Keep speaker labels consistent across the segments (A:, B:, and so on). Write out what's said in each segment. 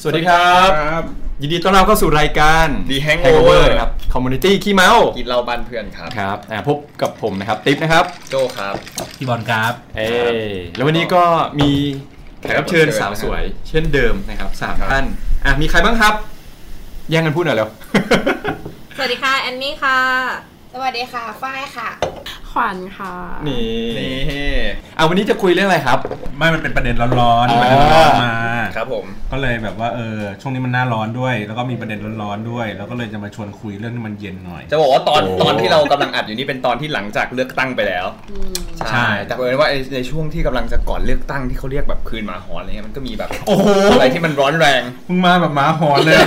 A: สวัสดีครับ
B: ครับ
A: ยินดีต้อนรับเข้าสู่รายการ
B: The Hangover
A: นะครับคอมมูนิตี้ขี้เมา
B: กินเหล้าบ้านเพื่อนครับ
A: ครับอ่าพบกับผมนะครับ ติ๊บนะครับ
B: โจครับ
C: พี่บอลครับ
A: เอ้ยแล้ววันนี้ก็มีแขกรับเชิญสาวสวย เช่นเดิมนะครับสาม
B: ครับ
A: ท่านอ่ะมีใครบ้างครับ แย่งกันพูดหน่อยแล้ว
D: สวัสดีค่ะ แอนนี่ค่ะ
E: สวัสดีค่ะ ฝ้ายค่ะ
D: ขวัญค่ะ
A: นี่
B: นี่
A: อ่ะวันนี้จะคุยเรื่องอะไรครับ
C: ไม่มันเป็นประเด็นร้อน
A: อ่า
C: ๆประเด็นร้อนๆมา
B: ครับผม
C: ก็เลยแบบว่าเออช่วงนี้มันหน้าร้อนด้วย แล้วก็มีประเด็นร้อนๆด้วย แล้วก็เลยจะมาชวนคุยเรื่องที่มันเย็นหน่อย
B: จะบอกว่าตอน
A: โอ้
B: ตอนที่เรากำลังอัดอยู่นี่เป็นตอนที่หลังจากเลือกตั้งไปแล้ว
C: ใช่
B: ใช่ แต่เผอิญว่าไอ้ในช่วงที่กำลังจะก่อนเลือกตั้งที่เขาเรียกแบบคืนหมาหอนอะไรเงี้ยมันก็มีแบบ
C: โอ้โห
B: อะไรที่มันร้อนแรง
C: มึงมาแบบหมาหอน เลยอะ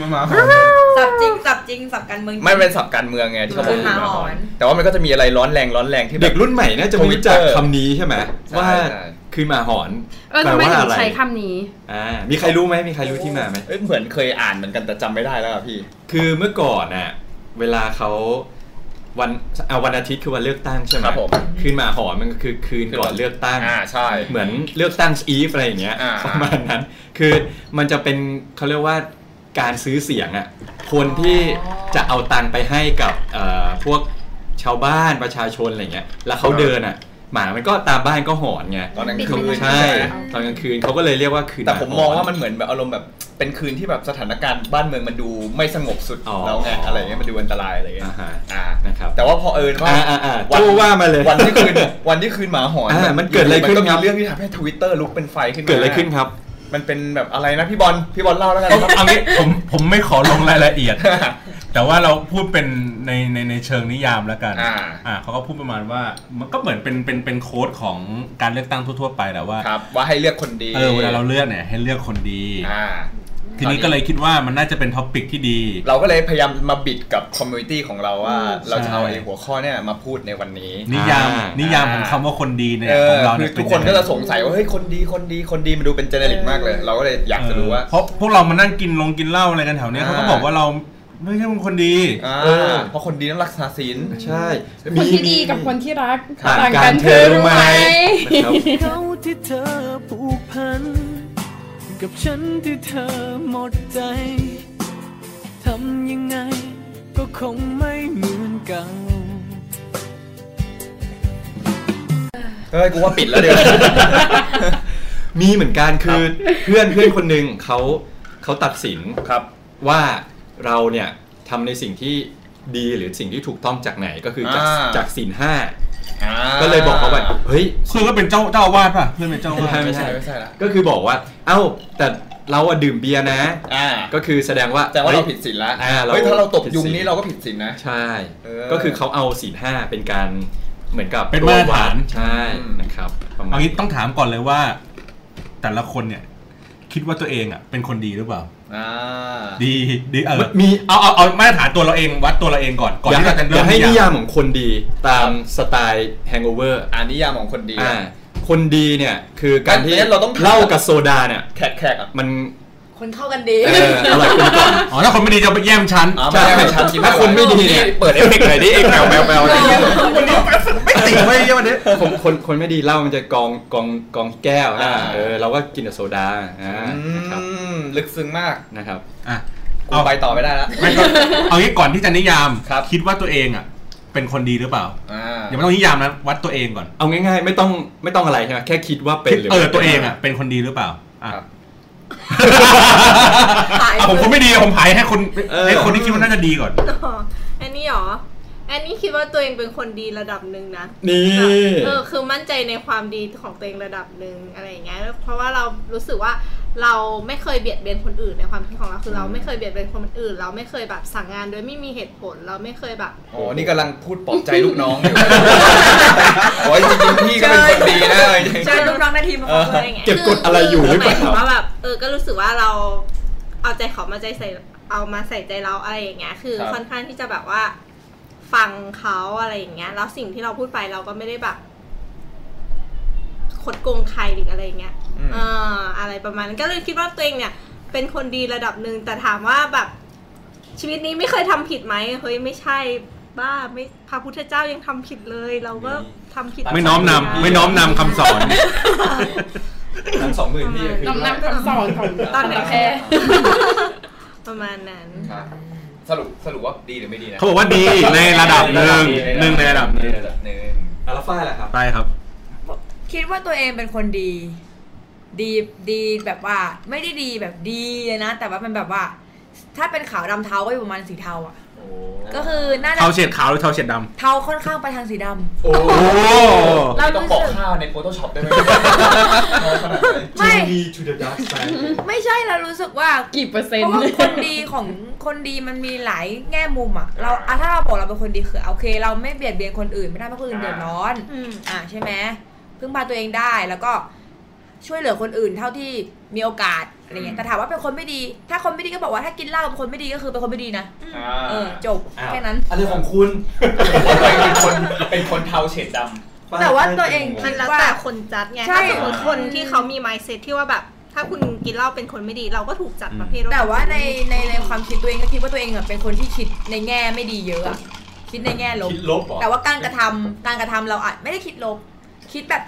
C: มาหมาหอนเลย
E: สับจริง สับจริง สับกันเมืองจริง
B: ไม่เป็นสับการเมืองไงที่เขาบอก
E: คืนหมาหอน
B: แต่ว่ามันก็จะมีอะไรร้อนแรงร้อนแรงที่แบ
A: เด็
B: บ
A: กรุ่นใหม่น่าจะไม่รู้จัก
B: Twitter
A: คำนี้ใช่ไหม
B: ใช่
A: ว่า
B: ใช่
A: คือหมาหอน
D: เออทำไมถึงใช้คำนี้
A: อ่ามีใครรู้ไหมมีใครรู้ที่มาไหม
B: เอ้ยเหมือนเคยอ่านเหมือนกันแต่จำไม่ได้แล้วอะพี่
A: คือเมื่อก่อนน่ะเวลาเขาวันเอาวันอาทิตย์คือวันเลือกตั้งใช่ไหม
B: ครับผม
A: คืนหมาหอนมันก็คือคืนก่อนเลือกตั้ง
B: อ่าใช่
A: เหมือนเลือกตั้งอีฟอะไรอย่างเงี้ย
B: อ่า
A: ประมาณนั้น คือมันจะเป็นเขาเรียกว่าการซื้อเสียงอ่ะคนที่จะเอาตังค์ไปให้กับเอ่อพวกชาวบ้านประชาชนอะไรเงี้ยแล้วเขาเดินอ่ะหมามันก็ตามบ้านก็หอนไง
B: ตอนกลางคืน
A: ใช่
B: ไหม
A: ตอนกลางคืนเขาก็เลยเรียกว่าคืนห
B: แต่ผมมองว่ามัน
A: ห
B: เหมือนแบบอารมณ์แบบเป็นคืนที่แบบสถานการณ์บ้านเมืองมันดูไม่สงบสุด
A: อ๋อ
B: แล้วไงอะไรเงี้ยมันดูอันตรายอะไรเงี้ย
A: อ่าฮะ
B: อ่า
A: นะครับ
B: แต่ว่าพอเอิญว่า
A: อ่าอ่าอ่าโจ้ว่ามาเลย
B: วันที่คืนวันที่คืนหมาหอน
A: อ่ามันเกิดอะไรขึ้น
B: มัก็
A: ครั
B: มี
A: บ
B: เรื่องที่ทำให้ทวิตเตอร์ลุกเป็นไฟขึ้นมา
A: เกิดอะไรขึ้นครับ
B: มันเป็นแบบอะไรนะพี่บอลพี่บอลเล่าแล้วกันครับ
C: เอางี้ผมผมไม่ขอลงรายละเอียด แต่ว่าเราพูดเป็นในในในเชิงนิยามแล้วกัน
B: อ่า
C: อ่าเขาก็พูดประมาณว่ามันก็เหมือนเป็นเป็นเป็นโค้ดของการเลือกตั้งทั่วๆไปแหละว่า
B: ครับว่าให้เลือกคนดี
C: เออเวลาเราเลือกเนี่ยให้เลือกคนดี
B: อ่า
C: ทีนี้ก็เลยคิดว่ามันน่าจะเป็นท็อปิกที่ดี
B: เราก็เลยพยายามมาบิดกับคอมมูนิตี้ของเราว่า เราจะเอา
C: ใช่
B: ไอ้หัวข้อเนี่ยมาพูดในวันนี้
C: นิยาม
A: อ่า
C: นิยามของคำว่าคนดีเนี่ย
B: เออ
C: ของเรา
B: คื
C: เนี่
B: อย ทุกคนก็
C: เป็
B: จะสงสัยว่าเฮ้ยคนดีคนดีคนดีมันดูเป็นเจเนริกมากเลย เราก็เลยอยากจะรู้ว่า
C: เพราะพวกเรามานั่งกินลงกินเหล้าอะไรกันแถวเนี้ย
B: อ่า
C: เขาก็บอกว่าเราไม่ใช่เป็นคนดี
B: อ่าเพราะคนดีต้องรักษาศีล
A: ใช่
D: คนที่
A: มี
D: ดีกับคนที่รัก
A: ต่าง
D: ต่าง
A: กั
D: กัน น
A: เธ
D: เธ
A: อ
D: อ
A: รู้
D: รู้
A: ไห
D: ไห
A: ม
D: ม
F: เขาที่เธอผูกพัน กับฉันที่เธอหมดใจ ทำยังไงก็คงไม่เหมือนเก่า
B: เฮ้ย กูว่าปิดแล้วเดี๋ยว
A: มีเหมือนกันคือเพื่อนเพื่อนคนหนึ่งเขาเขาตัดสิน
B: ครับ
A: ว่าเราเนี่ยทำในสิ่งที่ดีหรือสิ่งที่ถูกต้องจากไหนก็คือจาก
B: อ่า
A: จากสินห้าก็เลยบอกเขาว่าเฮ้ย
C: เพื่อนก็เป็นเจ้าเจ้าอาวาสป่ะเพื่อนเป็นเจ้าอา
A: ไม่
C: วา
A: ใช่
C: ส
A: ไม่
B: ไม่ใช่
A: ใช่
B: ไม่ใช่ละ
A: ก็คือบอกว่า เอ้าแต่เราอะดื่มเบียร์นะ
B: อ่า
A: ก็คือแสดงว่า
B: แต่ว่าเรา
A: ฮ้ย
B: ผิดศีลละ
A: อ่าเรา
B: เฮ้ย ถ้าเราตบยุง
A: ผิดศีล
B: นี้เราก็ผิดศีลนะ
A: ใช่
B: เออ
A: ก็คือเขาเอาสินห้าเป็นการเหมือนกับ
C: เป็นมาตรฐาน
A: ใช่นะครับประมาณ
C: เอางี้ต้องถามก่อนเลยว่า แต่ละคนเนี่ย คิดว่าตัวเองอ่ะเป็นคนดีหรือเปล่า
B: อ่า
C: ดีดีเออ
A: มี
C: เอาเอาเอามาตรฐานตัวเราเองวัดตัวเราเองก่อนก่อน
A: อย่า
C: ที่
A: ให้
C: เราจะ
A: อย่าม
C: เริ่
A: ให้นิยาย
C: นิาม
A: มของคนดีตามสไตล์ hangover
B: อันนี้ยามของคนดี
A: อ่าคนดีเนี่ยคือการที่
B: งั้นเราต้อง
A: เหล้ากับโซดาเนี่ย
B: แขกแขกๆอ่ะ
A: มัน
E: คนเข้ากันดี
A: เอออร่อยกลมกล่อม
C: อ๋อถ้าคนไม่ดีจะไปแย่มชั้น
B: อ่าไม่ได้ไม่ชันกิน
A: ถ้าคนไม่ดีเนี่ย
B: เปิดเอฟเฟกต์หน่อยดิเอฟแมวแมวแมว
C: ไม่ติดไม่เยี่ยมเลย
A: คนคนคนไม่ดีเหล้ามันจะกองกองกองแก้วนะเออเราก็กินแต่โซดาอ่า
B: อื
A: นะครับ
B: มลึกซึ้งมาก
A: นะครับ
C: อ่ะ
B: กูไปต่อไม่ได้ละ
C: ไม่ก็เอางี้ก่อนที่จะนิยาม
B: ครับ
C: ดว่าตัวเองอ่ะ เป็นคนดีหรือเปล่า
B: อ่า
C: ยังไม่ต้องนิยามนะวัดตัวเองก่อน
A: เอาง่ายๆ ไม่ต้องไม่ต้องอะไรใช่ไหมแค่คิดว่าเป็นหรือ
C: เออ
A: ไม่ป็น
C: ตัวเองอ่ะเป็นคนดีหรือเปล่าอ่ะ
B: ครับ
C: อ่ะผมคนไม่ดีผมหายให้คนให้คนที่คิดว่าน่าจะดีก่อน
G: แอนนี่หรอ แอนนี่คิดว่าตัวเองเป็นคนดีระดับหนึ่งนะ
A: นี่
G: เออ คือมั่นใจในความดีของตัวเองระดับหนึ่งอะไรอย่างเงี้ย เพราะว่าเรารู้สึกว่าเราไม่เคยเบียดเบียนคนอื่นในความคิดของเราคือเราไม่เคยเบียดเบียนคนอื่น เราไม่เคยแบบสั่งงานโดยไม่มีเหตุผล เราไม่เคยแบบ
B: อ๋อ นี่กำลังพูดปลอบใจลูกน้องอยู่ โอ้ยจริงๆพี่ก็เป็นคนดีนะเลย
E: เจอลูกน้องในทีมมาบอกเลยไง
A: เก็บกดอะไรอยู่หรือเปล่า
G: คืหมยถึงว่าแบบเออก็รู้สึกว่าเราเอาใจเขามาใจใส่เอามาใส่ใจเราอะไรอย่างเงี้ยคือ
B: ครับ
G: ค่อนข้างที่จะแบบว่า ฟังเขาอะไรอย่างเงี้ยแล้วสิ่งที่เราพูดไปเราก็ไม่ได้แบบคดโกงใครหรืออะไรอย่างเงี้ย
B: อืม
G: เอออะไรประมาณนั้นก็เลยคิดว่าตัวเองเนี่ย เป็นคนดีระดับหนึ่งแต่ถามว่าแบบ ชีวิตนี้ไม่เคยทำผิดไหมเฮ้ยไม่ใช่บ้าไม่พระพุทธเจ้ายังทำผิดเลย เราก็ทำผิด
C: ไม่น้อมนำไม่น้อมนำคำสอน
B: ทั้งสองหมื่นพี่อะคือ
D: น้ำหนักคำสอนของตอนไหนแพ้
G: ประมาณนั้น
B: ครับสรุปสรุปว่าดีหรือไม่ดีนะ
C: เขาบอกว่าดีในระดับหนึ่งหนึ่งในระดับหนึ่ง
B: ใระดับหนึ่ง
A: อัลฟ่าแหละครับ
C: ไปครับ
E: คิดว่าตัวเองเป็นคนดี ดีดีแบบว่า ไม่ได้ดีแบบดีเลยนะ แต่ว่ามันแบบว่า ถ้าเป็นขาวดำเทาก็อยู่ประมาณสีเทาอ่ะ
B: โอ้
E: ก็คือน่าจะ
C: เทาเฉดขาวหรือเทาเฉดด
E: เทาค่อนข้างไปทางสีดำ
B: โอ้
C: ำโอ้
B: เราต้องบอกข้าวใน Photoshop ได้ไหมเอาขนาดนั้น
E: ไม่
A: Journey to the dark side
E: ไม่ใช่เรารู้สึกว่า
D: กี่เปอร์เซ็น
E: เพ
D: ต์
E: ราะว่าคนดีของคนดีมันมีหลายแง่มุมอ่ะเราอะถ้าเราบอกเราเป็นคนดีคือโอเค เราไม่เบียดเบียนคนอื่นไม่ได้เพราะคนอื่นเดือดร้อน
G: อืม
E: อ่าใช่ไหมพึ่งพาตัวเองได้แล้วก็ช่วยเหลือคนอื่นเท่าที่มีโอกาสอะไรเงี้ยแต่ถามว่าเป็นคนไม่ดี ถ้าคนไม่ดีก็บอกว่าถ้ากินเหล้าเป็นคนไม่ดีก็คือเป็นคนไม่ดีนะ
B: อ่า
E: เออจบ
A: อ้าว
E: แค่นั้น
A: อะไรของคุณ
B: ผมว่าตัวเองเป็นคนเป็นคนเทาเฉดดำ
E: แต่ว่าตัวเอง
G: มันแล้วแต่คนจัดไง
E: ใช่
G: ถ้าสมมติคนที่เขามี mindset ที่ว่าแบบ ถ้าคุณกินเหล้าเป็นคนไม่ดี เราก็ถูกจัดประเภท
E: แต่ว่าในในในความคิดตัวเองก็คิดว่าตัวเองอะเป็นคนที่คิดในแง่ไม่ดีเยอะอะคิดในแง่ลบ
B: คิดลบเหรอ
E: แต่ว่าการกระทำการกระทำเราอาจไม่ได้คิดลบ คิดแบบ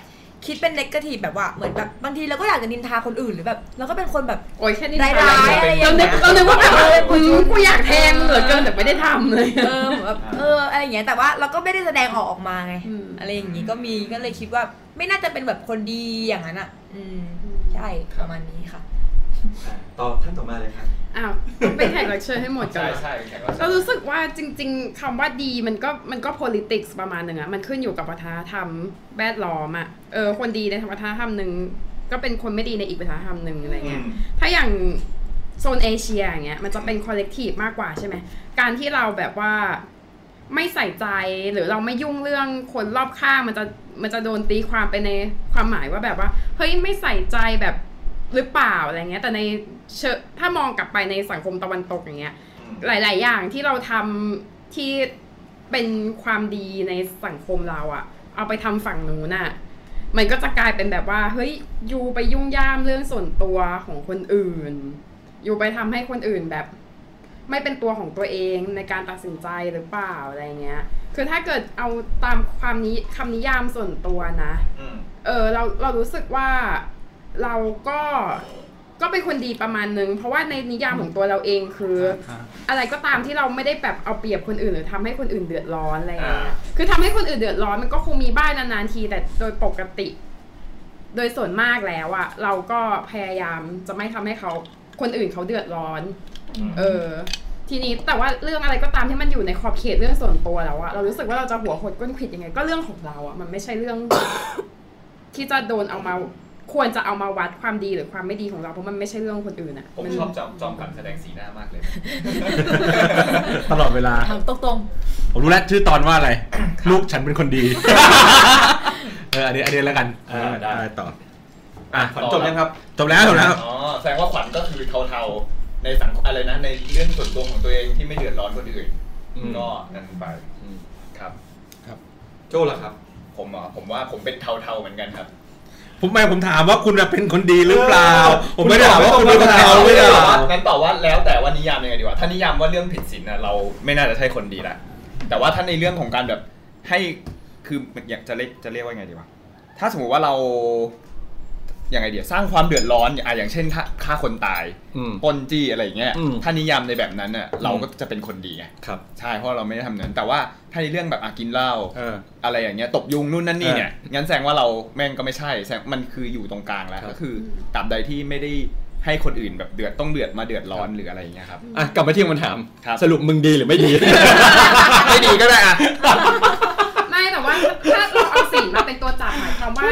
E: คิดเป็นเนกาทีฟแบบว่าเหมือนแบบบางทีเราก็อยากจะนินทาคนอื่นหรือแบบเราก็เป็นคนแบบ
D: โอ้ยแค่นี้
E: ร้าย
D: เรา
E: ๆอะไรอย่าง
D: นึ
E: เงี้
D: ก
E: ย
D: เรานึกว่าแบบเออหืมกูอยากแทงมึงเหลือเกินแต่ไม่ได้ทำเลย
E: เออเหมือนแบบเอออะไรอย่างเงี้ยแต่ว่าเราก็ไม่ได้แสดงออกออกมาไง
D: อืม
E: อะไรอย่างงี้ก็มีก็เลยคิดว่าไม่น่าจะเป็นแบบคนดีอย่างนั้นอ่ะ อืมใช่ประมาณนี้ค่ะ
A: ต่อท่านต่อมาเลยครับ
D: อ้าวเป็นแขกรับเชิญให้หมดก่อ
B: ใช่
D: น
B: ใช่แขกรับเชิ
D: เรา
B: ญ
D: รู้สึกว่าจริงๆคำว่าดีมันก็มันก็ politics ประมาณหนึ่งอะมันขึ้นอยู่กับวัฒนธรรมแวดล้อมอะเออคนดีในวัฒนธรรมหนึ่งก็เป็นคนไม่ดีในอีกวัฒนธรรมหนึ่งอะไรเงี้ย
B: อืม
D: ถ้าอย่างโซนเอเชียอย่างเงี้ยมันจะเป็น collective มากกว่าใช่ไหมการที่เราแบบว่าไม่ใส่ใจหรือเราไม่ยุ่งเรื่องคนรอบข้างมันจะมันจะโดนตีความไปในความหมายว่าแบบว่าเฮ้ยไม่ใส่ใจแบบหรือเปล่าอะไรเงี้ยแต่ในเชิงถ้ามองกลับไปในสังคมตะวันตกอย่างเงี้ย หลาย ๆ อย่างที่เราทำที่เป็นความดีในสังคมเราอะเอาไปทำฝั่งนู้นอะมันก็จะกลายเป็นแบบว่า เฮ้ยอยูไปยุ่งย่ามเรื่องส่วนตัวของคนอื่น อยู่ไปทำให้คนอื่นแบบ ไม่เป็นตัวของตัวเองในการตัดสินใจหรือเปล่าอะไรเงี้ย คือถ้าเกิดเอาตามความนี้คำนิยามส่วนตัวนะ
B: อืม
D: เออเราเรารู้สึกว่าเราก็ก็เป็นคนดีประมาณนึง เพราะว่าในนิยามของตัวเราเองคือ อะไรก็ตามที่เราไม่ได้แบบเอาเปรียบคนอื่นหรือทำให้คนอื่นเดือดร้อนอะไรอย่างเงี้ย
B: อ่า
D: คือทำให้คนอื่นเดือดร้อนมันก็คงมีบ้างนานๆทีแต่โดยปกติ โดยส่วนมากแล้วอะเราก็พยายามจะไม่ทำให้เขาคนอื่นเขาเดือดร้อน เออ ทีนี้แต่ว่าเรื่องอะไรก็ตามที่มันอยู่ในขอบเขตเรื่องส่วนตัวแล้วอะเรารู้สึกว่าเราจะหัวหดก้นขวิดยังไง ก็เรื่องของเราอะมันไม่ใช่เรื่อง ที่จะโดนเอามา ควรจะเอามาวัดความดีหรือความไม่ดีของเราเพราะมันไม่ใช่เรื่องคนอื่นอะ
B: ผม
D: น
B: ชอบจอมจอมกันแสดงสีหน้ามากเลย
C: ตลอดเวลา
E: ถามตรง
C: ผมรู้แล้วชื่อตอนว่า อะไร ลูกฉันเป็นคนดี เอออันนี้อันนี้แล้วกัน
A: อ่าได้
C: เออต่ออ่ะ
A: ขวัญจบยังครับ
C: จบแล้วจบแล้ว
B: อ๋อแสดงว่าขวัญก็คือเทาๆในสังคมอะไรนะในเรื่องส่วนตัวของตัวเองที่ไม่เดือดร้อนคนอื่น
A: อืม
B: ก็นั่นไปครับ
A: โจ้ล่ะครับ
B: ผมเหรอผมว่าผมเป็นเทาๆเหมือนกันครับ
C: ผมไม่ผมถามว่าคุณน่ะเป็นคนดีหรือเปล่า ผมไม่ได้ถามว่าคุณเป็นคน
B: เทา
C: เทาหรือเปล่า
B: งั้นตอบว่าแล้วแต่ว่านิยามยังไงดีวะถ้านิยามว่าเรื่องผิดศีลนะเราไม่น่าจะใช่คนดีละแต่ว่าถ้าในเรื่องของการแบบให้คืออยากจะเรียกจะเรียกว่าไงดีวะถ้าสมมติว่าเรายังไงเดียสร้างความเดือดร้อนอ่ะอย่างเช่นฆ่าฆ่าคนตาย
A: อืม
B: ปล้นจี้อะไรอย่างเงี้ย
A: อืม
B: ถ้านิยามในแบบนั้นน่ะเราก็จะเป็นคนดีไง
A: ครับ
B: ใช่เพราะเราไม่ได้ทำอย่างนั้น แต่ว่าถ้าในเรื่องแบบอากินเหล้า
A: เออ
B: อะไรอย่างเงี้ยตบยุงนู่นนั่นนี่เนี่ยงั้นแสดงว่าเราแม่งก็ไม่ใช่แสดงมันคืออยู่ตรงกลางแล้ว
A: ครับ
B: ก็คือตราบใดที่ไม่ได้ให้คนอื่นแบบเดือดต้องเดือดมาเดือดร้อนหรืออะไรอย่างเงี้ยครับ
A: อ่ะ กลับมาที่คำถาม
B: ครับ
A: สรุปมึงดีหรือไม่ดี
B: ไม่ดีก็ได้อะ
D: ไม่แต่ว่าถ้าเราเอาสีมาเป็นตัวจับหมายความว่า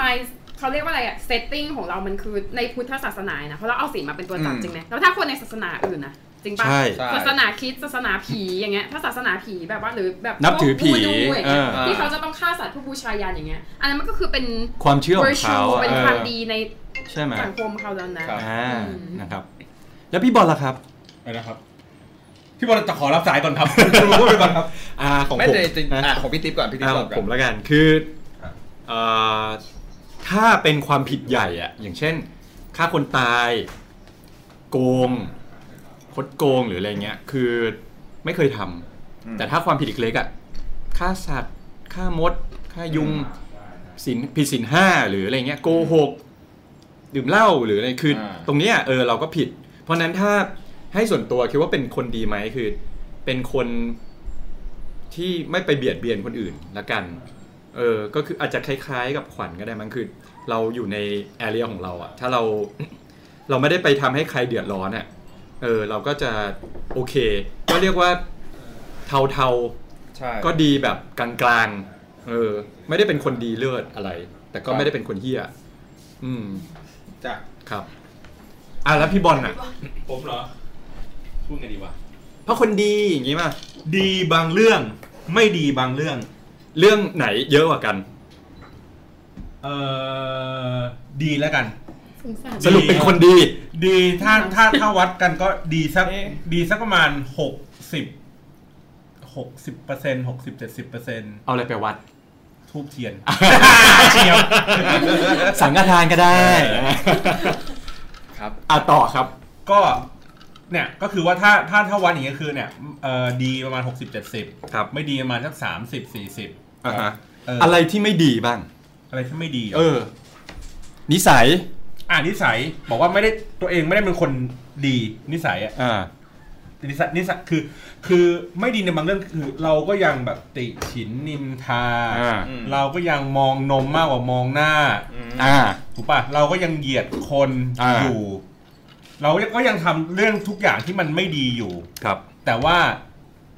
D: my เขาเรียกว่าอะไรอะ setting ของเรามันคือในพุทธศาสนานะเพราะเราเอาสีมาเป็นตัวจับ
B: อืม
D: จริงไหมแล้วถ้าคนในศาสนาอื่นนะจริงปะ
A: ใช่
D: ศาสนาคริดศาสนาผีอย่างเงี้ยถ้าศาสนาผีแบบว่าหรือแบบ
A: นับถือผี
D: พวกวูดูอย่างเงี้ย
A: เออ
D: ที่เขาจะต้องฆ่าสัตว์เพื่อบูชายันอย่างเงี้ย อันนั้นมันก็คือเป็น
A: ความเชื่อของเขา
D: virtue เป็นความดีใน
A: ใช่ไหม
D: สังคมเขาแล้วนะ
B: ครับ
A: อ่า
D: อืม
A: นะครับ แล้วพี่บอลล่ะครับ
C: ไปนะครับ พี่บอลจะขอรับสายก่ อนครับ คุณพูดไปก่อนครับ
A: อ่า ของ
B: ไม่
A: ผม
B: ได้จริง
A: นะ
B: อ่ะของพี่ติ๊บก่อนพี่ติ๊บ
A: อ่า
B: ก่อก่
A: ขอน งผ
B: อน
A: มละกันคือ
B: ครับ
A: เอ่อถ้าเป็นความผิดใหญ่อะอย่างเช่นฆ่าคนตาย โกง คดโกงหรืออะไรเงี้ย คือไม่เคยทำ
B: อืม
A: แต่ถ้าความผิดอีกเล็กอะฆ่าสัตว์ฆ่ามดฆ่ายุงศีลผิดศีลห้าหรืออะไรเงี้ยโกหก ดื่มเหล้าหรืออะไรคืออา ตรงเนี้ยเออเราก็ผิด เพราะฉะนั้นถ้าให้ส่วนตัวคิดว่าเป็นคนดีไหมคือ เป็นคนที่ไม่ไปเบียดเบียนคนอื่นละกัน เออก็คืออาจจะคล้าย ๆ กับขวัญก็ได้มั้งคือ เราอยู่ในแอเรียของเราอะถ้าเรา เราไม่ได้ไปทำให้ใครเดือดร้อนอะเออ เราก็จะโอเค ก็เรียกว่าเทาๆ
B: ใช่
A: ก็ดีแบบกลางๆ เออ ไม่ได้เป็นคนดีเลิศอะไร แต่ก็ไม่ได้เป็นคนเฮี้ย อืม
C: จ้ะ
A: ครับ อ่ะแล้วพี่บอลอ่ะ
C: ผมเหรอ พูดไงดีวะ
A: เพราะคนดีอย่างงี้มา
C: ดีบางเรื่องไม่ดีบางเรื่อง
A: เรื่องไหนเยอะกว่ากัน
C: เอ่อ ดีแล้วกัน
D: สงสาร
A: สรุปเป็นคนดี
C: ดีถ้าถ้าถ้าวัดกันก็ดีสักดีสักประมาณหกสิบหกสิบเปอร์เซ็นหกสิบเจ็ดสิบเปอร์เซ็น
A: เอาอะไรไปวัด
C: ทูบเทียน เชียว
A: สังฆทานก็ได้
B: ครับ
A: อ่ะต่อครับ
C: ก็ เนี่ยก็คือว่าถ้าถ้าถ้าวันอย่างเงี้ยคือเนี่ยเอ่อดีประมาณหกสิบเจ็ดสิบ
A: ครับ
C: ไม่ดีประมาณสักสามสิบสี่สิบ
A: อ่าฮะ
C: เอออ
A: อะไรที่ไม่ดีบ้าง
C: อะไรที่ไม่ดี
A: เออ นิสัย
C: อ่านิสัยบอกว่าไม่ได้ตัวเองไม่ได้เป็นคนดีนิสัยอะ
A: อ่า
C: นิสัยนิสัยคือคือไม่ดีในบางเรื่องคือเราก็ยังแบบติฉินนินทา
A: อ่า
C: เราก็ยังมองนมมากกว่ามองหน้า
A: อ่า
C: ถูกปะเราก็ยังเหยียดคน
A: อ่า
C: อยู่ เราก็ยังทำเรื่องทุกอย่างที่มันไม่ดีอยู่
A: ครับ
C: แต่ว่า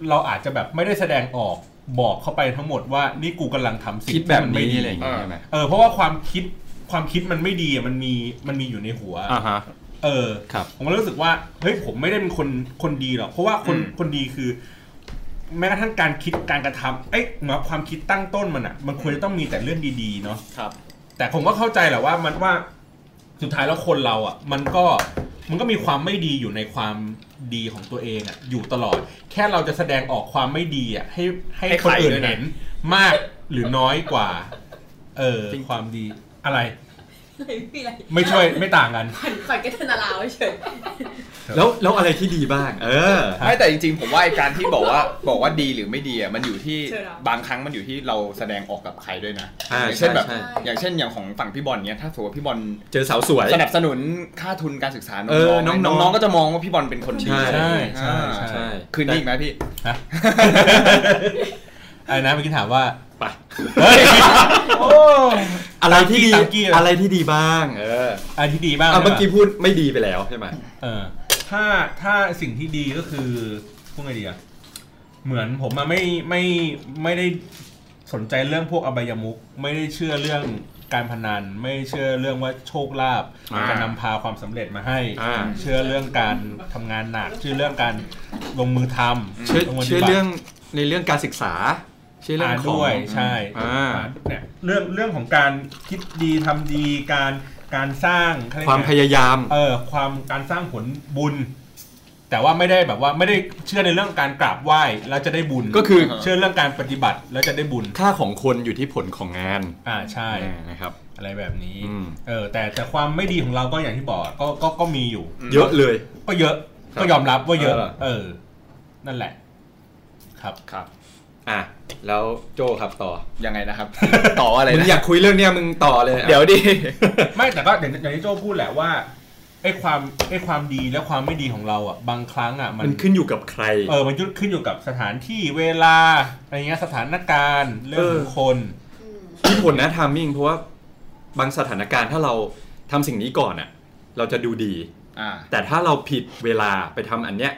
C: เราอาจจะแบบไม่ได้แสดงออกบอกเข้าไปทั้งหมดว่านี่กูกำลังทำสิ่ง
A: คิด
C: ที่
A: แบบ
C: มั
A: นี้
C: ม่ดี
A: อะไรอย่างเงี้ยใช่ไหม
C: เออเพราะว่าความคิดความคิดมันไม่ดีอะมันมีมันมีอยู่ในหัว
A: อ่าฮะ
C: เออ
A: ครับ
C: ผมก็รู้สึกว่าเฮ้ยผมไม่ได้เป็นคนคนดีหรอกเพราะว่าคน
B: อืม
C: คนดีคือ แม้กระทั่งการคิดการกระทำเอ้ยหมายความคิดตั้งต้นมันอ่ะ มันควรจะต้องมีแต่เรื่องดีๆเนาะ
B: ครับ
C: แต่ผมก็เข้าใจแหละว่ามันว่าสุดท้ายแล้วคนเราอ่ะ มันก็มันก็มีความไม่ดีอยู่ในความดีของตัวเองอ่ะ อยู่ตลอด แค่เราจะแสดงออกความไม่ดีอ่ะ ให้ให้
B: ให้
C: คน
B: ใคร
C: อื่น
B: ด้วยนะ
C: เห็นมากหรือน้อยกว่า เออความดีอะไร
E: ไม่มีอะไร
C: ไม่ช่วยไม่ต่างกัน
E: ขวัญขวัญก็เทนนาลาวเฉย
A: แล้วแล้วอะไรที่ดีบ้าง เออ
B: ไม่แต่จริงๆ ผมว่าไอ้การที่บอกว่าบอกว่าดีหรือไม่ดีอ่ะมันอยู่ที่
E: ใช่ครับ
B: บางครั้งมันอยู่ที่เราแสดงออกกับใครด้วยนะ
A: อ่า
B: อย่างเช่นแบบ
A: ใช่
B: อย่างเช่นอย่างของฝั่งพี่บอลเนี้ยถ้าสมมติว่าพี่บอล
A: เจอสาวสวย
B: สนับสนุนค่าทุนการศึกษา
A: เออน้
B: น้องๆ
A: องๆ
B: น้องๆก็จะมองว่าพี่บอลเป็นคนดี
A: ใช่
C: ใช่ใช่ใช่
A: ใช่
B: คืนนี้อีกไหมพี่
C: ฮะ อะไรนะเมื่อกี้ถามว่า
A: ไป
C: โอ้
A: อะไรที่ดี
C: ตามกี้เลย
A: อะไรที่ดีบ้าง เออ
C: อันที่ดีบ้าง
A: อ่ะ
C: ใช่ปะ
A: เมื่อกี้พูดไม่ดีไปแล้วใช่ไหม
C: เออ ถ้าถ้าสิ่งที่ดีก็คือพวกไงดีอะเหมือนผมมาไม่ไม่ไม่ได้สนใจเรื่องพวกอบายมุกไม่ได้เชื่อเรื่องการพนัน ไม่เชื่อเรื่องว่าโชคลาภ
B: อ่า
C: จะนำพาความสำเร็จมาให้
A: อ่า
C: เชื่อเรื่องการทำงานหนักเชื่อเรื่องการลงมือทำ
A: เชื่อ
C: ลมืปฏิบัติ
A: เชื่อเรื่องในเรื่องการศึกษา เชื่อเรื่อง
C: อ่า
A: ของ
C: ด้วยใช่
A: อ่า
C: เนี่ยเรื่องเรื่องของการคิดดีทำดีการการสร้างเขเรียก
A: ความ
C: ไง
A: พยายาม
C: เออความการสร้างผลบุญ แต่ว่าไม่ได้แบบว่าไม่ได้เชื่อในเรื่องการกราบไหว้แล้วจะได้บุญ
A: ก็คือ
C: เชื่อเรื่องการปฏิบัติแล้วจะได้บุญ
A: ค่าของคนอยู่ที่ผลของงาน
C: อ่าใช่
A: อ่านะครับ
C: อะไรแบบนี้
A: อืม
C: เออแต่แต่ความไม่ดีของเราก็อย่างที่บอกก็ก็ก็มีอยู่
A: เยอะเลย
C: ก็เยอะก็ยอมรับว่าเยอะ
A: เออ
C: เออ นั่นแหละ ครับ
A: ครับ อ่ะแล้วโจครับต่อ
B: ยังไง นะครับ ต่ออะไร
A: มึง
B: นะ
A: อยากคุยเรื่องเนี้ยมึงต่อเลยอ่ะ
B: เดี๋ยวดิ
C: ไม่แต่ก็อย่างอย่างที่โจ้พูดแหละว่าไอ้ความไอ้ความดีและความไม่ดีของเราอ่ะ บางครั้งอ่ะมัน
A: มันขึ้นอยู่กับใคร
C: เออมันขึ้นอยู่กับสถานที่เวลาอะไรเงี้ยสถานการณ์เรื่องของคน
A: มีผลนะทามมิ่งเพราะว่าบางสถานการณ์ถ้าเราทำสิ่งนี้ก่อนอ่ะ เราจะดูดี
B: อ่า
A: แต่ถ้าเราผิดเวลาไปทำอันเนี้ย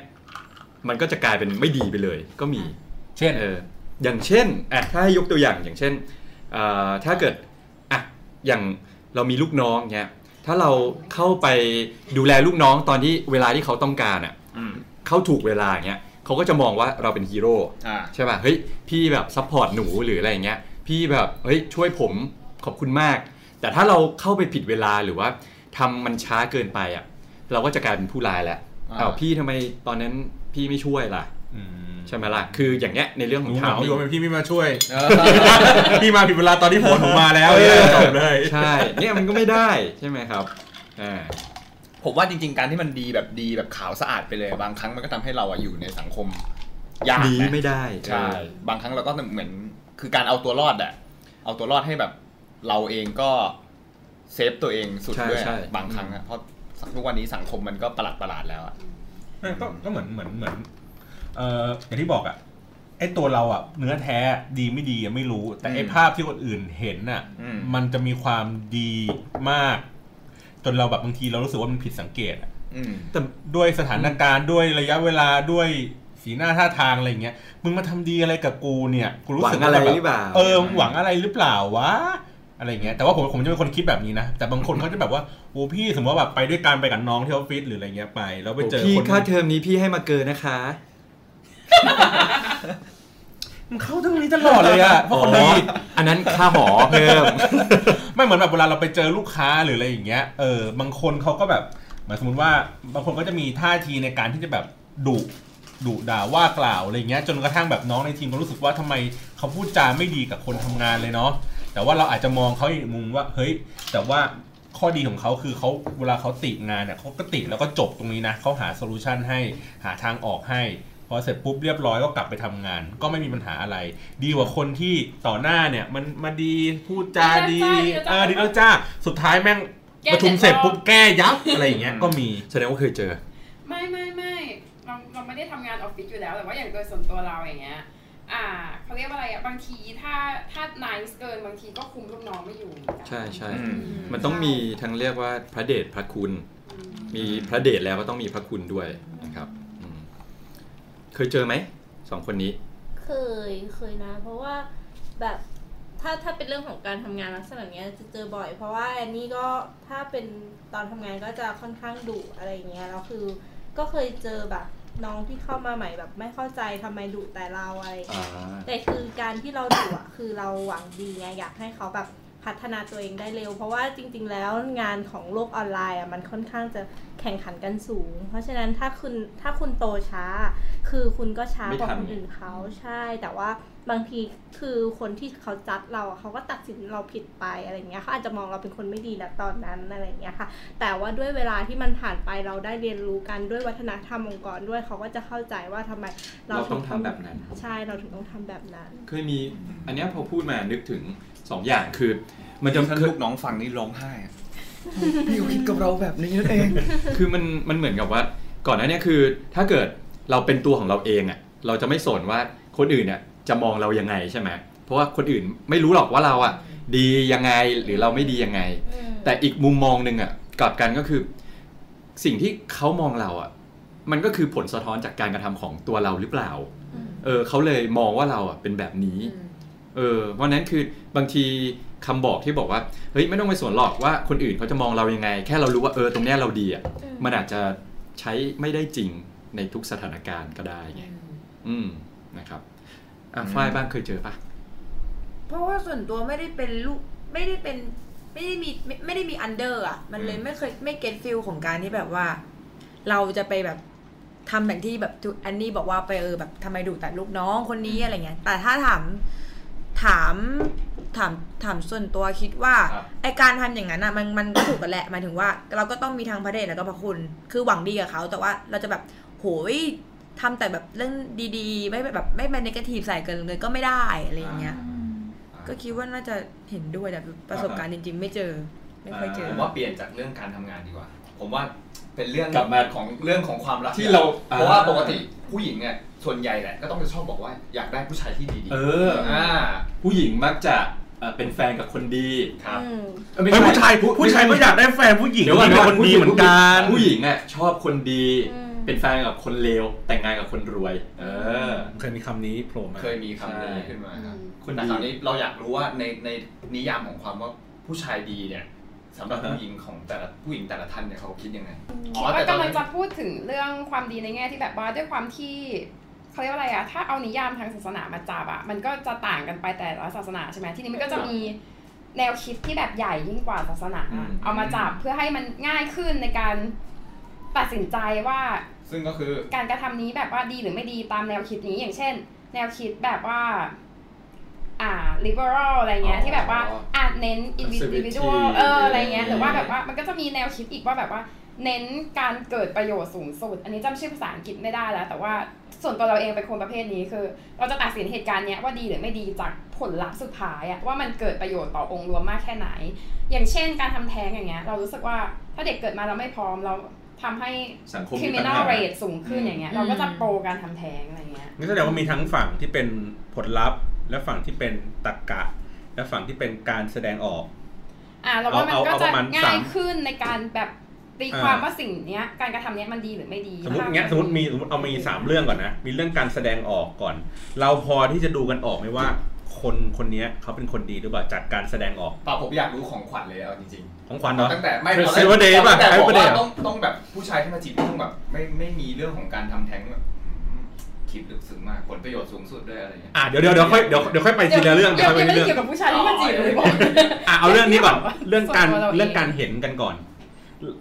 A: มันก็จะกลายเป็นไม่ดีไปเลย ก็มี
C: เช่น
A: เอออย่างเช่นอ่ะถ้าให้ยกตัวอย่างอย่างเช่นเอ่อถ้าเกิดอ่ะอย่างเรามีลูกน้องเนี้ยถ้าเราเข้าไปดูแลลูกน้องตอนที่เวลาที่เขาต้องการอ่ะ
B: อืม
A: เข้าถูกเวลาเงี้ยเขาก็จะมองว่าเราเป็นฮีโร่
B: อ่า
A: ใช่ป่ะ เฮ้ย พี่แบบซัพพอร์ตหนูหรืออะไรอย่างเงี้ย พี่แบบ เฮ้ย ช่วยผมขอบคุณมาก แต่ถ้าเราเข้าไปผิดเวลาหรือว่าทำมันช้าเกินไปอ่ะ เราก็จะกลายเป็นผู้ร้ายแล้ว
B: อ่า
A: อ้าวพี่ทำไมตอนนั้นพี่ไม่ช่วยล่ะ
C: อืม
A: ใช่ไหมล่ะ คืออย่างเงี้ยในเรื่อง
C: ห
A: ขอ
C: นู
A: ง
C: เหงาอยู่เป็นพี่ไม่มาช่วย
B: เออ
C: พี่มาผิดเวลาตอนที่ผัวหนูมาแล้ว
A: เออ
C: จบเลย
A: ใช่ เนี่ยมันก็ไม่ได้ใช่ไหมครับ อ่า
B: ผมว่าจริงๆ การที่มันดีแบบดีแบบขาวสะอาดไปเลย บางครั้งมันก็ทำให้เราอะอยู่ในสังคมยาก
A: หนี
B: นะ
A: ไม่ได้
B: ใช่
A: เออบ
B: างครั้งเราก็เหมือนคือการเอาตัวรอดอะเอาตัวรอดให้แบบ เราเองก็ เซฟตัวเองสุด
A: ใช่
B: ด้วย
A: ใช่
B: อะบางครั้งอะเพราะทุกวันนี้สังคมมันก็ประหลาดประหลาดๆแล้วอะ
C: ไม่ก็ก็เหมือนเหมือนเหมือนเอ่ออย่างที่บอกอะไอ้ตัวเราอะเนื้อแท้ดีไม่ดีอะไม่รู้ แต่ไอ้
B: อืม
C: ภาพที่คนอื่นเห็นน่ะ
B: อืม
C: มันจะมีความดีมาก จนเราแบบบางทีเรารู้สึกว่ามันผิดสังเกตอะ
B: อืม
A: แต่
C: ด้วยสถานการณ์ด้วยระยะเวลาด้วยสีหน้าท่าทางอะไรอย่างเงี้ยมึงมาทำดีอะไรกับกูเนี่ยกูรู้สึก
A: หวังอะไรหรือเปล่า
C: เออหวังอะไรหรือเปล่าวะอะไรอย่างเงี้ยแต่ว่าผมผมจะเป็นคนคิดแบบนี้นะแต่บางคนเขาจะแบบว่าโอ้พี่สมมติว่าแบบไปด้วยกันไปกับน้องที่ออฟฟิศหรืออะไรเงี้ยไป แล้วไปเจอ
A: พี่
C: คน
A: ค่าเทอมนี้พี่ให้มาเกินนะคะ
C: มันเข้าตรงนี้ตลอดเลยอะเพราะคนดี
A: อันนั้นค่าหอเพิ่ม
C: ไม่เหมือนแบบเวลาเราไปเจอลูกค้าหรืออะไรอย่างเงี้ยเออบางคนเขาก็แบบเหมือนสมมติว่าบางคนก็จะมีท่าทีในการที่จะแบบดุดุด่าว่ากล่าวอะไรอย่างเงี้ยจนกระทั่งแบบน้องในทีมก็รู้สึกว่าทำไมเขาพูดจาไม่ดีกับคนทำงานเลยเนาะแต่ว่าเราอาจจะมองเขาอีกมุมว่าเฮ้ยแต่ว่าข้อดีของเขาคือเขาเวลาเขาติงานเนี่ยเขาก็ติแล้วก็จบตรงนี้นะเขาหาโซลูชันให้หาทางออกให้ พอเสร็จปุ๊บเรียบร้อยก็กลับไปทำงาน ก็ไม่มีปัญหาอะไร ดีกว่าคนที่ต่อหน้าเนี่ย มันมาดีพูดจา
D: ดี
C: ดี
D: แล้วจ้า
C: เออดีแล้วจ้าสุดท้ายแม่ง
D: แก้
C: ประชุม
D: เส
C: เส
D: ร็
C: ร็
D: จ
C: จ
D: แล้ว
C: ปุ๊บแก้ยับอะไรอย่างเงี้ยก็มี
A: แสดงว่าเคยเจอ
D: ไม่ไม่ไม่เราเราไม่ได้ทำงานออฟฟิศอยู่แล้ว แต่ว่าอย่างโดยส่วนตัวเราอย่างเงี้ย อ่าเขาเรียกว่าอะไรอ่ะบางทีถ้าถ้านายเกินบางทีก็คุมลูกน้องไม่อยู่เหมือนกัน
A: ใช่ใช่
B: อืม
A: มันต้องมีทั้งเรียกว่าพระเดชพระคุณ
D: อืม
A: มีพระเดชแล้วก็ต้องมีพระคุณด้วยนะครับอืมเคยเจอไหมสองคนนี้
G: เคยเคยนะ เพราะว่าแบบถ้าถ้าเป็นเรื่องของการทำงานลักษณะเนี้ยจะเจอบ่อย เพราะว่าแอนนี่ก็ถ้าเป็นตอนทำงานก็จะค่อนข้างดุอะไรอย่างเงี้ยแล้วคือ ก็เคยเจอแบบน้องที่เข้ามาใหม่แบบ ไม่เข้าใจทำไมดุแต่เราอะไรอย่างเงี้ย
A: อ่า
G: แต่คือการที่เราดูอ่ะ คือเราหวังดีไงอยากให้เขาแบบพัฒนาตัวเองได้เร็ว เพราะว่าจริง ๆ แล้วงานของโลกออนไลน์อ่ะมันค่อนข้างจะแข่งขันกันสูง เพราะฉะนั้นถ้าคุณถ้าคุณโตช้า คือคุณก็ช้า
A: ไม่
G: กว่า
A: ทัน
G: คนอื่นเขาใช่ แต่ว่าบางทีคือคนที่เขาจัดเราอะเขาก็ตัดสินเราผิดไปอะไรอย่างเงี้ยเขาอาจจะมองเราเป็นคนไม่ดีนะตอนนั้นอะไรอย่างเงี้ยค่ะ แต่ว่าด้วยเวลาที่มันผ่านไปเราได้เรียนรู้กันด้วยวัฒนธรรมองค์กรด้วยเขาก็จะเข้าใจว่าทำไมเรา
A: เราต้องทำแบบนั้น
G: ใช่เราถึงต้องทำแบบนั้น
A: เคยมีอันเนี้ยพอพูดมานึกถึงสองอย่างคือ มันจะ
B: ท่าน
A: คือ
B: ลูกน้องฟังนี่ร้องไห้อะพี่เขาคิดกับเราแบบนี้นั่นเอง
A: คือมันมันเหมือนกับว่าก่อนหน้าเนี้คือถ้าเกิดเราเป็นตัวของเราเองอะ่ะเราจะไม่สนว่าคนอื่นเนี่ยจะมองเรายังไงใช่ไหมเพราะว่าคนอื่นไม่รู้หรอกว่าเราอะ่ะดียังไงหรือเราไม่ดียังไง แต่อีกมุมมองหนึ่งอะ่ะกลับกันก็คือ สิ่งที่เขามองเราอะ่ะมันก็คือผลสะท้อนจากการกระทำของตัวเราหรือเปล่า
G: อืม
A: เออเขาเลยมองว่าเราอ่ะเป็นแบบนี้
E: อืม
A: เออเพราะฉะนั้นคือบางทีคำบอกที่บอกว่าเฮ้ยไม่ต้องไปสนหรอกว่าคนอื่นเขาจะมองเรายังไง แค่เรารู้ว่าเออตรงเนี้ยเราดีอ่ะ
G: อืม
A: มันอาจจะใช้ไม่ได้จริงในทุกสถานการณ์ก็ได้ไงอืมนะครับอ่ะฝ้ายบ้างเคยเจอปะ
E: เพราะว่าส่วนตัวไม่ได้เป็นลูกไม่ได้เป็นไม่ได้มีไม่ไม่ได้มีอันเดอร์อ่ะ มันเลย
A: อืม
E: ไม่เคยไม่เก็ตฟิลของการที่แบบว่า เราจะไปแบบทำแบบที่แบบทุกอันนี้บอกว่าไปเออแบบทำไมดุแต่ลูกน้องคนนี้อะไรเงี้ยแต่ถ้าถามถามถามถามส่วนตัวคิดว่า
B: ครับ
E: ไอการทำอย่างนั้นอ่ะมันมันก็ถูกกันแหละหมายถึงว่า เราก็ต้องมีทางพระเดชแล้วก็พระคุณ คือหวังดีกับเขาแต่ว่าเราจะแบบโหยทำแต่แบบเรื่องดีๆ ไม่แบบไม่เป็นนกาทีฟใส่เกินเลยก็ไม่ได้อะไรอย่างเงี้ย ก็คิดว่าน่าจะเห็นด้วยแต่ประสบการณ์จริง ๆ ไม่เจอ ไม่ค่อยเจอ
B: ผมว่าเปลี่ยนจากเรื่องการทำงานดีกว่า ผมว่าเป็นเรื่อง
A: กลับมา
B: ของเรื่องของความรัก
A: ที่เรา
B: เพราะว่า
A: อ่า
B: ปกติผู้หญิงเนี่ยส่วนใหญ่แหละก็ต้องจะชอบบอกว่าอยากได้ผู้ชายที่ดี
A: เอ
B: ๆ
A: อ
B: อ่า
A: ผู้หญิงมักจะเอ่อเป็นแฟนกับคนดี
B: ครับ
G: อืม
A: เอ้ยไม่
C: เฮ้ย
A: ใช่
C: ผู้ชายผู้ผู้ชายก็อยากได้แฟนผู้หญิง
A: เดี๋ยวก่อน
C: ที่เป็นคนดีเหมือนกัน
A: ผู้หญิงอ่ะชอบคนดี
G: อืม
A: เป็นแฟนกับคนเลวแต่งงานกับคนรวย เออ
C: เคยมีคำนี้โผล่มา
B: เคยมีคำนี้ขึ้นมาครับ
D: อืม
A: คนดี
B: แต่คราวนี้เราอยากรู้ว่าในในนิยามของความว่าผู้ชายดีเนี่ยสำหรับ
A: อ่าฮะ
B: ผู้หญิงของแต่ละผู้หญิงแต่ละท่านเนี่ยเขาคิดยังไง
D: คิดว่ากำลังจะพูดถึงเรื่องความดีในแง่ที่แบบว่าด้วยความที่เขาเรียกว่าอะไรอะถ้าเอานิยามทางศาสนามาจับอะมันก็จะต่างกันไปแต่ละศาสนาใช่ไหมทีนี้มันก็จะมีแนวคิดที่แบบใหญ่ยิ่งกว่าศาสนา
A: อืม
D: เอามาจับเพื่อให้มันง่ายขึ้นในการตัดสินใจว่า
B: ซึ่งก็คือ
D: การกระทำนี้แบบว่าดีหรือไม่ดีตามแนวคิดนี้อย่างเช่น แนวคิดแบบว่า อ่า liberal อะไรเงี้ย
B: อ๋อ
D: ที่แบบว่าอ่าเน้น individual
A: Conservative
D: เอออะไรเงี้ยหรือว่าแบบว่ามันก็จะมีแนวคิดอีกว่าแบบว่า เน้นการเกิดประโยชน์สูงสุด อันนี้จำชื่อภาษาอังกฤษไม่ได้แล้ว แต่ว่าส่วนตัวเราเองเป็นคนประเภทนี้คือ เราจะตัดสินเหตุการณ์เนี้ยว่าดีหรือไม่ดีจาก ผลลัพธ์สุดท้ายอะว่ามันเกิดประโยชน์ต่อองค์รวมมากแค่ไหน อย่างเช่นการทำแท้งอย่างเงี้ยเรารู้สึกว่าถ้าเด็กเกิดมาเราไม่พร้อมเราทำให้
A: สังคมมีปัญ
D: criminal
A: หา
D: rate สูงขึ้นอย่างเงี้ย
E: อืม
D: เราก็จะโปรการทำแท้งอะไรเงี้ย
C: งั้นแสดงว่ามีทั้งฝั่งที่เป็นผลลัพธ์ และฝั่งที่เป็นตรรกะ และฝั่งที่เป็นการแสดงออก
D: อ่ะเราว่ามัน
C: เอา
D: ก็
C: เอาป
D: จะ
C: ระมาณ
D: ง่าย
C: สาม
D: ขึ้นในการแบบตี
C: อ่า
D: ความว่าสิ่งเนี้ย การกระทำเนี้ยมันดีหรือไม่ดี
C: สมมติ
D: ถ้า
C: เงี้ยสมมติมีสมมติเอามีสามเรื่องก่อนนะ มีเรื่องการแสดงออกก่อน เราพอที่จะดูกันออกไหมว่า คนคนเนี้ยเขาเป็นคนดีหรือเปล่าจากการแสดงออก
B: ป่าผมอยากรู้ของขวัญเลยเอาจริง
C: ของขวัญเหรอ
B: ๆตั้งแต่ไม่
C: Happy
B: ตอนแรก
C: birthday ป่ะ
B: ตั้งแต่
C: Happy
B: บอก
C: birthday
B: ว่า
C: เหรอ
B: ต้องต้องแบบผู้ชายที่มาจีบต้องแบบไม่ไม่มีเรื่องของการทำแท้งแบบอืมคิดลึกซึ้งมากผลประโยชน์สูงสุดด้วยอะไรเงี้ย
C: อ่ะเดี๋ยวเดี๋ยวเดี๋ยวค่อยเดี๋ยวเดี๋ยวค่อยไปทีละเรื่องเดี๋ยว
D: ยั
C: ค่อยไป
D: ไม่
C: ทีละเรื่อง
D: ได้เกี่ยวกับผู้ชายที่มาจีบเลยบอก
C: อ่ะเอาเรื่องนี้ก่ อน
D: เรื่องที่แบบว่า
C: เรื่องการเรื่อง
D: ส่วนตัวเราเอง
C: การเห็นกันก่อน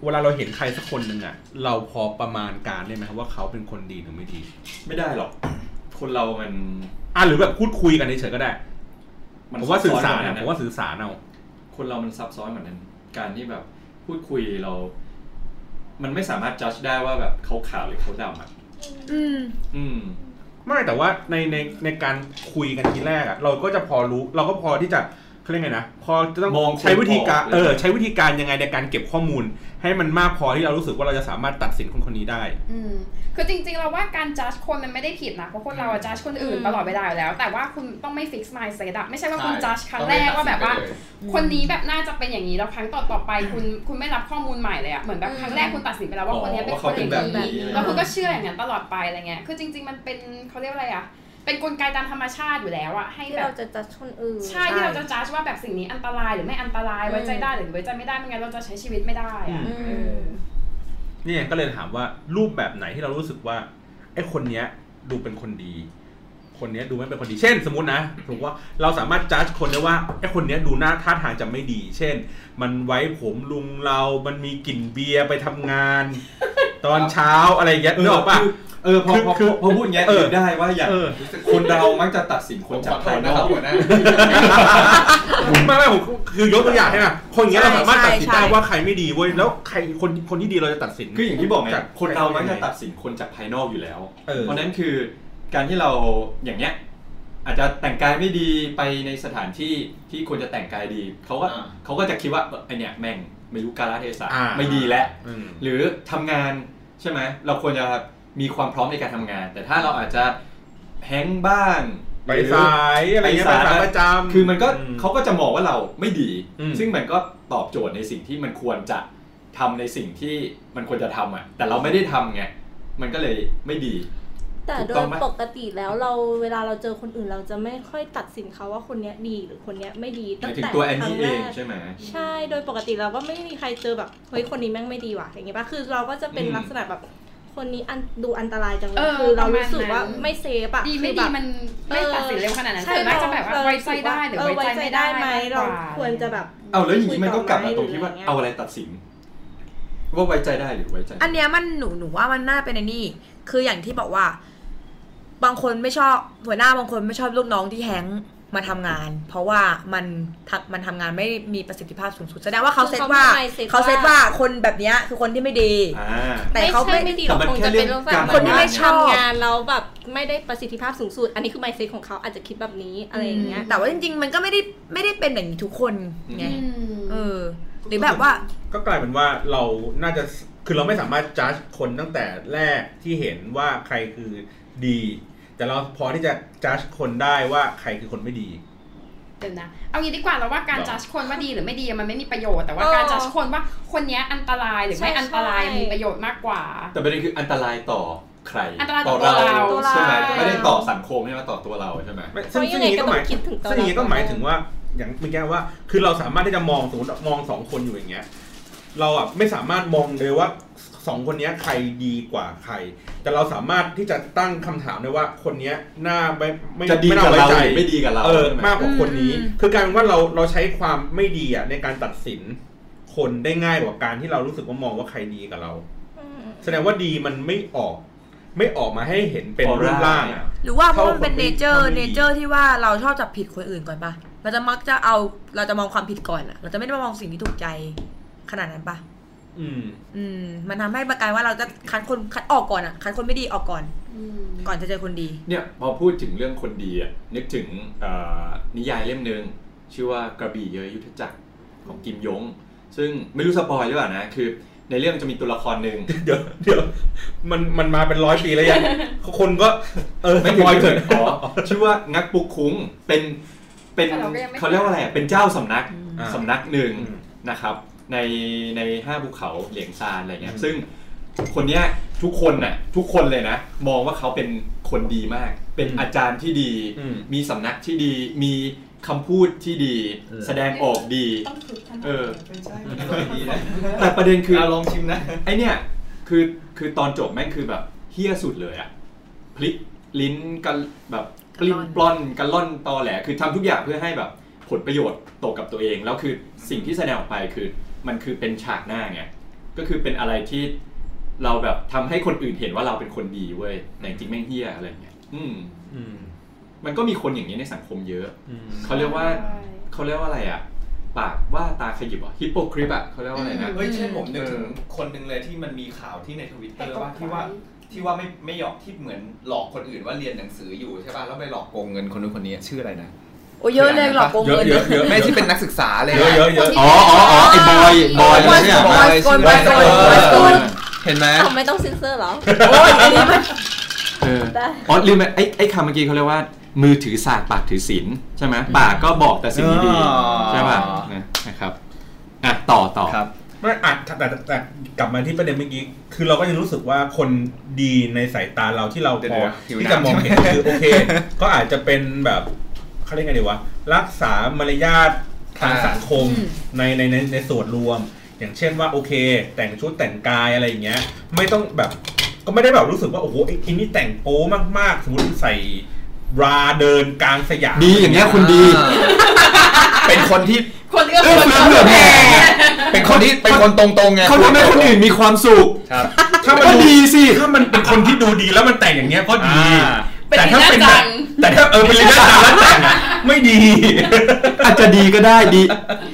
C: เวลาเราเห็นใครสักคนหนึ่งอ่ะ เราพอประมาณการได้ไหมครับว่าเขาเป็นคนดีหรือไม่ดี
A: ไม่ได้หรอก คนเรามัน
C: อ่ะหรือแบบพูดคุยกันเฉยๆก็ได้
A: มัน
C: ผมว่าสื่อสาร
A: ซับซ้นกว่
C: นะ
A: นั้
C: ผ
A: น
C: มว่าสื่อสารเอา
A: คนเรามันซับซ้อนกว่านั้น การที่แบบพูดคุยเรา มันไม่สามารถจัดได้ว่าแบบเขาขาวหรือเขาดำอ่ะ
E: อืม
A: อืม
C: ไม่แต่ว่าในในในการคุยกันทีแรกอะเราก็จะพอรู้เราก็พอที่จะเขาเรียกไงนะพอจะต้อง
A: มอง
C: ใช้วิธีการ
A: คนออก
C: เออใช้วิธีการยังไงในการเก็บข้อมูล ให้มันมากพอที่เรารู้สึกว่าเราจะสามารถตัดสินคนคนนี้ได้
D: อืมคือจริงๆเราว่าการจัดคนมันไม่ได้ผิดนะ เพราะคนเราจัดคนอื่น
E: อืม
D: ตลอดเวลาอยู่แล้ว แต่ว่าคุณต้องไม่ fix mindset อะไม่ใช่ว่าคุณ
B: ใช่
D: จัดครั้งแรกว่าแบบว่า คนนี้แบบน่าจะเป็นอย่างนี้แล้วครั้งต่อต่อๆไปคุณคุณไม่รับข้อมูลใหม่เลยอะเหมือนแบบครั้งแรกคุณตัดสินไปแล้วว่า
A: อ๋อ
D: คนนี้เป็น
A: ว่า
D: คน
A: เขา
D: อ
A: เป็น
D: ย่าง
A: แบบนี้
D: นี้แล้วคุณก็เชื่ออย่างนั้นตลอดไปอะไรเงี้ยคือจริง ๆ มันเป็นเขาเรียกว่าอะไรอะเป็นกลไกตามธรรมชาติอยู่แล้วอะให้
G: ที่
D: แบ
G: เรา
D: บ
G: จะจัดคนอื่น
D: ใช่ที่เราจะจัดว่าแบบสิ่งนี้อันตรายหรือไม่อันตรายไว้ใจได้หรือไว้ใจไม่ได้ไม่งั้นเราจะใช้ชีวิตไม่ได้อะ
C: อื
E: อื
D: เอ
E: ม
D: อ
C: นี่ไงก็เลยถามว่ารูปแบบไหนที่เรารู้สึกว่าไอ้คนเนี้ยดูเป็นคนดี คนเนี้ยดูไม่เป็นคนดี เช่น สมมตินะสมมติว่าเราสามารถจัดคนได้ว่าไอ้คนเนี้ยดูหน้าท่าทางจะไม่ดี เช่น มันไว้ผมลุงเรา มันมีกลิ่นเบียร์ไปทำงาน ตอนเช้าอะไรอย่างเงี้ยนึกออกปะ
A: เออพอพอ
C: คือ
A: พอพูดอย่างเงี้ย
C: เออ
A: นึกได้ว่าอย่าง
C: เออ
B: รู้สึก
A: คนเรามักจะตัดสิน
B: ผ
A: คน
B: ม
A: จา
B: ข
A: ก
B: อโท
A: ภาย
B: ษ
A: น
B: นะ
A: อ
B: ครับ
A: ก
B: หัวหน้า
C: ไม่ไม่ผมคือยกตัวอย่างให้นะคนอย่างเงี้ยเราสามารถตัดสินได้
E: ใช่ใช่
C: ว่าใครไม่ดีเว้ยแล้วใครคนคนที่ดีเราจะตัดสิน
A: คืออย่างที่บอกไง
C: จาก
A: คนเรามักจะตัดสินคนจากภายนอกอยู่แล้ว
C: เออ
A: เพราะฉะนั้นคือการที่เราอย่างเนี้ยอาจจะแต่งกายไม่ดีไปในสถานที่ที่ควรจะแต่งกายดีเขาก็
B: อ่า
A: เขาก็จะคิดว่าเออไอเนี้ยแม่งไม่รู้กาลเทศะ
C: อ่า
A: ไม่ดีแล้ว
C: อืม
A: หรือทำงานใช่ไหมเราควรจะมีความพร้อมในการทำงาน แต่ถ้าเราอาจจะแฮงก์บ้าง
C: ไป
A: หรือ
C: สายอะไรเงี้ยไปสายประจำ
A: คือมันก็เขาก็จะมองว่าเราไม่ดี
C: อืม
A: ซึ่งมันก็ตอบโจทย์ในสิ่งที่มันควรจะทำในสิ่งที่มันควรจะทำอ่ะ แต่เราไม่ได้ทำไง มันก็เลยไม่ดี
G: แต่โด
A: ถูกต้อย งไหม
G: ปกติแล้วเราเวลาเราเจอคนอื่นเราจะไม่ค่อยตัดสินเขาว่าคนเนี้ยดีหรือคนเนี้ยไม่ดี
A: ห
G: ตั้
A: มาง ยถึง
G: แต่
A: ตัวแอน
G: ครั้
A: นี่
G: ง
A: เอ
G: แรง ก
A: ใช่ไหม
G: ใช่โดยปกติเราก็ไม่มีใครเจอแบบเฮ้ยคนนี้แม่งไม่ดีว่ะอย่างเงี้ยป่ะคือเราก็จะเป็น
A: อืม
G: ลักษณะแบบคนนี้อันดูอันตรายจังเล
D: เอย อ
G: คือเรารู้สึก
D: ประมาณนั้
G: ว่าน ไม่เซฟอะ
D: ดี
G: คื
D: ไม่
G: อแบ
D: ดี
G: บ
D: มันไม่ตัดสินเร็วขนาดนั้นส่วนมากจะแบบว่า
G: เออ
D: ไว้ใจได้หรือ
G: เ
D: ไว้ใจไม่ได้
G: ไหม
D: มากกว่
G: เราควรจะแบบ
A: เอาแล้วอย่างนี้มันก็กลับ
G: คุ
A: มาย
G: ต่
A: ตร
G: อไหม
A: งที่ว่า
G: หรืออะไรเงี้ย
A: เอาอะไรตัดสิน ว่าไว้ใจได้หรือไว้ใจไม่
E: อันเนี้ยมันหนูหนูว่ามันน่าเป็นไอ้นี่ คืออย่างที่บอกว่า บางคนไม่ชอบหัวหน้าบางคนไม่ชอบลูกน้องที่แฮงก์มาทำงาน เพราะว่ามันทำมันทำงานไม่มีประสิทธิภาพสูงสุดแสดงว่าเขาเซตว่า
G: คือเขาไม่ mindset
E: เขาเซตว่าคนแบบเนี้ยคือคนที่ไม่ดี
A: อ่า
E: แต่เขาไม่
G: ใช่ไม่ดีหรอก
A: แต่มัน
G: คงจะเป็น
A: แค่เรื่
G: เรื่
A: อกา
G: อง ง
A: ร
G: แบบ
E: คนที่ไม่ชอบ
G: ทำงานแล้วแบบไม่ได้ประสิทธิภาพสูงสุด อันนี้คือ mindset ของเขาอาจจะคิดแบบนี้อะไรอย่างเงี้ย
E: แต่ว่าจริง ๆ มันก็ไม่ได้ไม่ได้เป็นอย่างนี้ทุกคนไง
A: อื
D: อืม
E: เออ หรือแบบว่า
C: ก็กลายเป็นว่าเราน่าจะ คือเราไม่สามารถจัดคนตั้งแต่แรกที่เห็นว่าใครคือดี แต่เราพอที่จะจัดคนได้ว่าใครคือคนไม่ดี
D: เดี๋ยวนะเอางี้ดีกว่าเราว่าการ
C: หรอ
D: จัดคนว่าดีหรือไม่ดีมันไม่มีประโยชน์แต่ว่า
G: เออ
D: การจัดคนว่าคนเนี้ยอันตรายหรือไม่
G: ใช่
D: อันตราย
G: ใช่
D: มีประโยชน์มากกว่า
A: แต่ประเด็นคืออันตรายต่อใคร
D: อันตรายต่อตัวเรา
A: ใช่ไหม
G: ตัวเรา
A: ไม่ได้ต่อสังคมใช่ไหมต่อตัวเราใช่ไหม
C: ไม่
G: เพราะยังไงก็ต้องคิดถึงตัว
C: ซึ่งอย่างนี้ก็
G: เรา
C: หมายถึงว่า อย่างเมื่อกี้ว่า คือเราสามารถที่จะมองสมมติมองสองคนอยู่อย่างเงี้ย เราอ่ะไม่สามารถมองเลยว่าสองคนเนี้ยใครดีกว่าใคร แต่เราสามารถที่จะตั้งคำถามได้ว่าคนเนี้ยน่าไม่ไม่
A: จะดี
C: ไม่
A: กับ
C: น่าไว้
A: เรา
C: ใจ
A: หรือไม่ดีกับเรา
C: เออ
A: ใช่ไหม
C: มากกว่าคนนี้
E: อืม
C: คือกลารว่าเราเราใช้ความไม่ดีอ่ะในการตัดสินคนได้ง่ายกว่าการที่เรารู้สึกว่ามองว่าใครดีกับเรา
G: อืม
C: แสดงว่าดีมันไม่ออก ไม่ออกมาให้เห็นเป็นรูปร่างอะ
E: หรือว่าเพราะมันเป็น
C: เท่าคน
E: เน
C: ไม่
E: เจอร์
C: เท่าไม่ดี
E: เนเจอร์ที่ว่าเราชอบจับผิดคนอื่นก่อนปะเราจะมักจะเอาเราจะมองความผิดก่อนอะเราจะไม่ได้มองสิ่งที่ถูกใจขนาดนั้นปะ
C: อืม
E: อืม มันทำให้ประการว่าเราจะคัดคนคัดออกก่อนอะคัดคนไม่ดีออกก่อน
D: อื
E: ก่อนจะเจอคนดี
A: เนี่ยพอพูดถึงเรื่องคนดีอะนึกถึงเอ่อนิยายเล่มหนึ่งชื่อว่ากระบี่เยอะยุทธจักรของกิมยง ซึ่งไม่รู้สปอยหรือเปล่านะ คือในเรื่องจะมีตัวละครหนึ่ง
C: เดี๋ยวเดี๋ยวมันมันมาเป็นร้อยปีแล้ว ยังคนก็ เออ
A: ไม่บอยเถิดขอชื่อว่างักปุกคุ้งเป็นเป็น
D: แต่เราก็ยังไม่
A: เขาเรียกว่าอะไรอะเป็นเจ้าสำนัก
C: อ่า
A: สำนักหนึ่ง
B: อืม
A: นะครับในในห้าภูเขาเหลียงซานอะไรเงี้ย
B: อืม
A: ซึ่งคนเนี้ยทุกคนน่ะทุกคนเลยนะ มองว่าเขาเป็นคนดีมาก เป็น
C: อืม
A: อาจารย์ที่ดี
C: อืม
A: มีสำนักที่ดีมีคำพูดที่ดี
C: เออ
A: แสดงออกดี
H: ต้องถึกขนาด
A: เออ
H: เป็นใช่
B: ดีนะ
A: แต่ประเด็นคือ
B: เอาลองชิมนะ
A: ไอเนี่ยคือคือตอนจบแม่งคือแบบเฮี้ยสุดเลยอะพลิกลิ้นกันแบบปลิ้นปล้อนกันล่อนตอแหลคือทำทุกอย่างเพื่อให้แบบผลประโยชน์ตกกับตัวเอง แล้วคือสิ่งที่แสดงออกไปคือมันคือเป็นฉากหน้าไงก็คือเป็นอะไรที่เราแบบทำให้คนอื่นเห็นว่าเราเป็นคนดีเว้ยแต่จริงๆแม่งเฮี้ยอะไรอย่างเงี้ยอืม มันก็มีคนอย่างนี้ในสังคมเยอะ เขาเรียกว่า
D: ใช่
A: เขาเรียกว่าอะไรอะปากว่าตาขยิบเหรอ่ะฮิปโปคริปอะเขาเรียกว่าอะไรนะ
B: เฮ้ยเช่นผมนึกถึงคนหนึ่งเลยที่มันมีข่าวที่ในทวิตเตอร์ว่าที่ว่าที่ว่าไม่ไม่ยอมที่เหมือนหลอกคนอื่นว่าเรียนหนังสืออยู่ใช่ป่ะแล้วไปหลอกโกงเงินคนนู้นคนนี้ชื่ออะไรนะ
E: โอ้เยอะเลยหรอกโกงเงิน
C: เยอะเยอะ
B: ไม่ที่เป็นนักศึกษาเลย
C: เยอะเยอะเยอะ
A: อ๋ออ๋ออ๋อไอ้บอยบอย
E: บอย
A: เนี่ย
E: บอยบอยบอยบอยบอย
B: เห็นไหม
I: ทำไม่ต้องเซ็นเซอร์เหรอ
E: โอ้ยอันนี้มัน
A: เอออ๋อลืมไปไอ้ไอ้คำเมื่อกี้เขาเรียกว่า มือถือศาสตร์ปากถือศีลใช่ไหมปากก็บอกแต่สิ่งดีๆใช่ป่ะนะนะครับอ่ะต่อต่อ
B: ครับ
C: ไม่อ่ะแต่แต่แต่แต่กลับมาที่ประเด็นเมื่อกี้ คือเราก็ยังรู้สึกว่าคนดีในสายตาเราที่เรา
B: เดี๋ยว
C: พอ
B: เดี๋ยวหิว
C: ที่จะ
B: น้ำ
C: มองเห็นคือโอเค ก็อาจจะเป็นแบบเขาเรียกไงดีวะ รักษามารยาททางสังคมในในในในส่วนรวม อย่างเช่นว่าโอเค แต่งชุดแต่งกายอะไรอย่างเงี้ย ไม่ต้องแบบ ก็ไม่ได้แบบรู้สึกว่าโอ้โหไอ้ทีนี้แต่งโป๊มากๆ สมมติใส่บราเดินกลางสยาม
A: ดีอย่างเงี้ยคนดี
B: เป็นคนที่
D: คนก็
A: เออเฟื่องเฟื่องแหม
B: เป็นคนที่เป็นคนตรงๆไง
A: เขาทำให้คนอื่นมีความสุข
B: ครับ
C: ถ้ามัน
A: ก็ดีสิ
C: ถ้ามันเป็นคนที่ดูดีแล้วมันแต่งอย่างเงี้ยก็ดี
B: อ่า
C: แต่ถ้าเป็นแบบแต่ถ้าเออเป็นลีน่าจังแล้วแต่งอะไม่ดี
A: อาจจะดีก็ได้ดี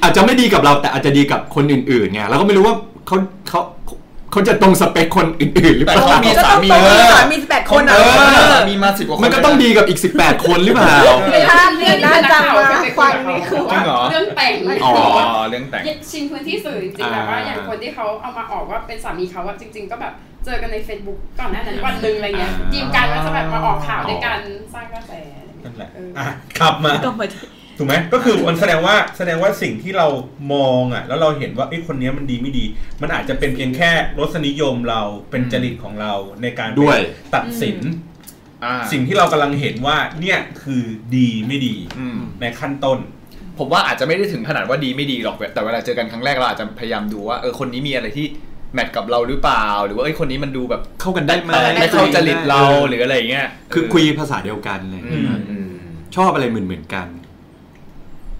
A: อาจจะไม่ดีกับเราแต่อาจจะดีกับคนอื่นๆไงเราก็ไม่รู้ว่าเขาเขาเขาจะตรงสเปคคนอื่นๆหรือเป
B: แต่
A: ล่า
B: เขามีสามี
E: ก็ต้อง
B: เยอะ
E: มีสามี18คนอะ
B: เออมีมาสิบกว่าคน
A: มันก็ต้องดีกับอีก 18 คนหรือเปล่า
D: เป็นภาพเรื่องที่นักข่าวไปคุย
H: นี่คือ
B: จริงเหรอ
D: เรื่องแต่ง
A: อ๋อ
B: อ๋อเรื่องแต่ง
D: ชินพื้นที่สื่อจริงๆแต่ว่าอย่างคนที่เขาเอามาออกว่าเป็นสามีเขาว่าจริง ๆ ก็แบบเจอกันใน Facebook ก่อนหน้านั้นวันหนึ่งอะไรเงี้ยจีบกันแล้วจะแบบมาออกข่าวด้วยกันสร้างกระแสอะไร
C: นั่นแห
D: เงี้
C: ละ
D: ยเออ
C: อ่ะขับมา
E: กลับมาที่
C: ถูกไหมก็คือมันแสดงว่าแสดงว่าสิ่งที่เรามองอ่ะ แล้วเราเห็นว่าไอ้ยคนเนี้ยมันดีไม่ดี มันอาจจะเป็นเพียงแค่รสนิยมเราเป็นจริตของเราในการ
A: ด้วย
C: ตัดสิน
B: อ่า
C: สิ่งที่เรากำลังเห็นว่าเนี่ยคือดีไม่ดี
B: อืม
C: ในขั้นต้น
B: ผมว่าอาจจะไม่ได้ถึงขนาดว่าดีไม่ดีหรอก แต่เวลาเจอกันครั้งแรกเราอาจจะพยายามดูว่าเออคนนี้มีอะไรที่แมทกับเราหรือเปล่า หรือว่าเอ้ยคนนี้มันดูแบบ
A: เข้ากันได้ไหม
B: ไม่เข้าจริตเราหรืออะไรอย่างเงี้ย
A: คือคุยภาษาเดียวกันเลย
B: อืมอืม
A: ชอบอะไรเหมือนเหมือนๆกัน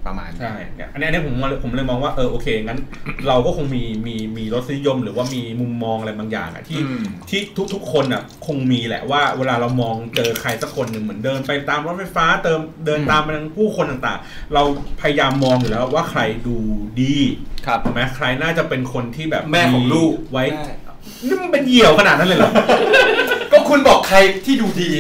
B: ประมาณนั้น
C: ใช่เนี่ยอันนี้อันนี้ผมมองผมเลยมองว่าเออโอเคงั้น เราก็คงมีมีมีรสนิยมหรือว่ามีมุมมองอะไรบางอย่างอะที่
B: อืม
C: ที่ทุกทุกคนอะคงมีแหละว่าเวลาเรามองเจอใครสักคนหนึ่งเหมือนเดินไปตามรถไฟฟ้าเติมเดินตามไปทางผู้คนต่างๆ เราพยายามมองอยู่แล้วว่าใครดูดี
B: ครับ
C: ถูกไหมใครน่าจะเป็นคนที่แบบ
A: แม่ของลูก
C: ไว้นี่มันเป็นเหยี่ยวขนาดนั้นเลยเหรอ
A: ก็คุณบอกใครที่ดูดี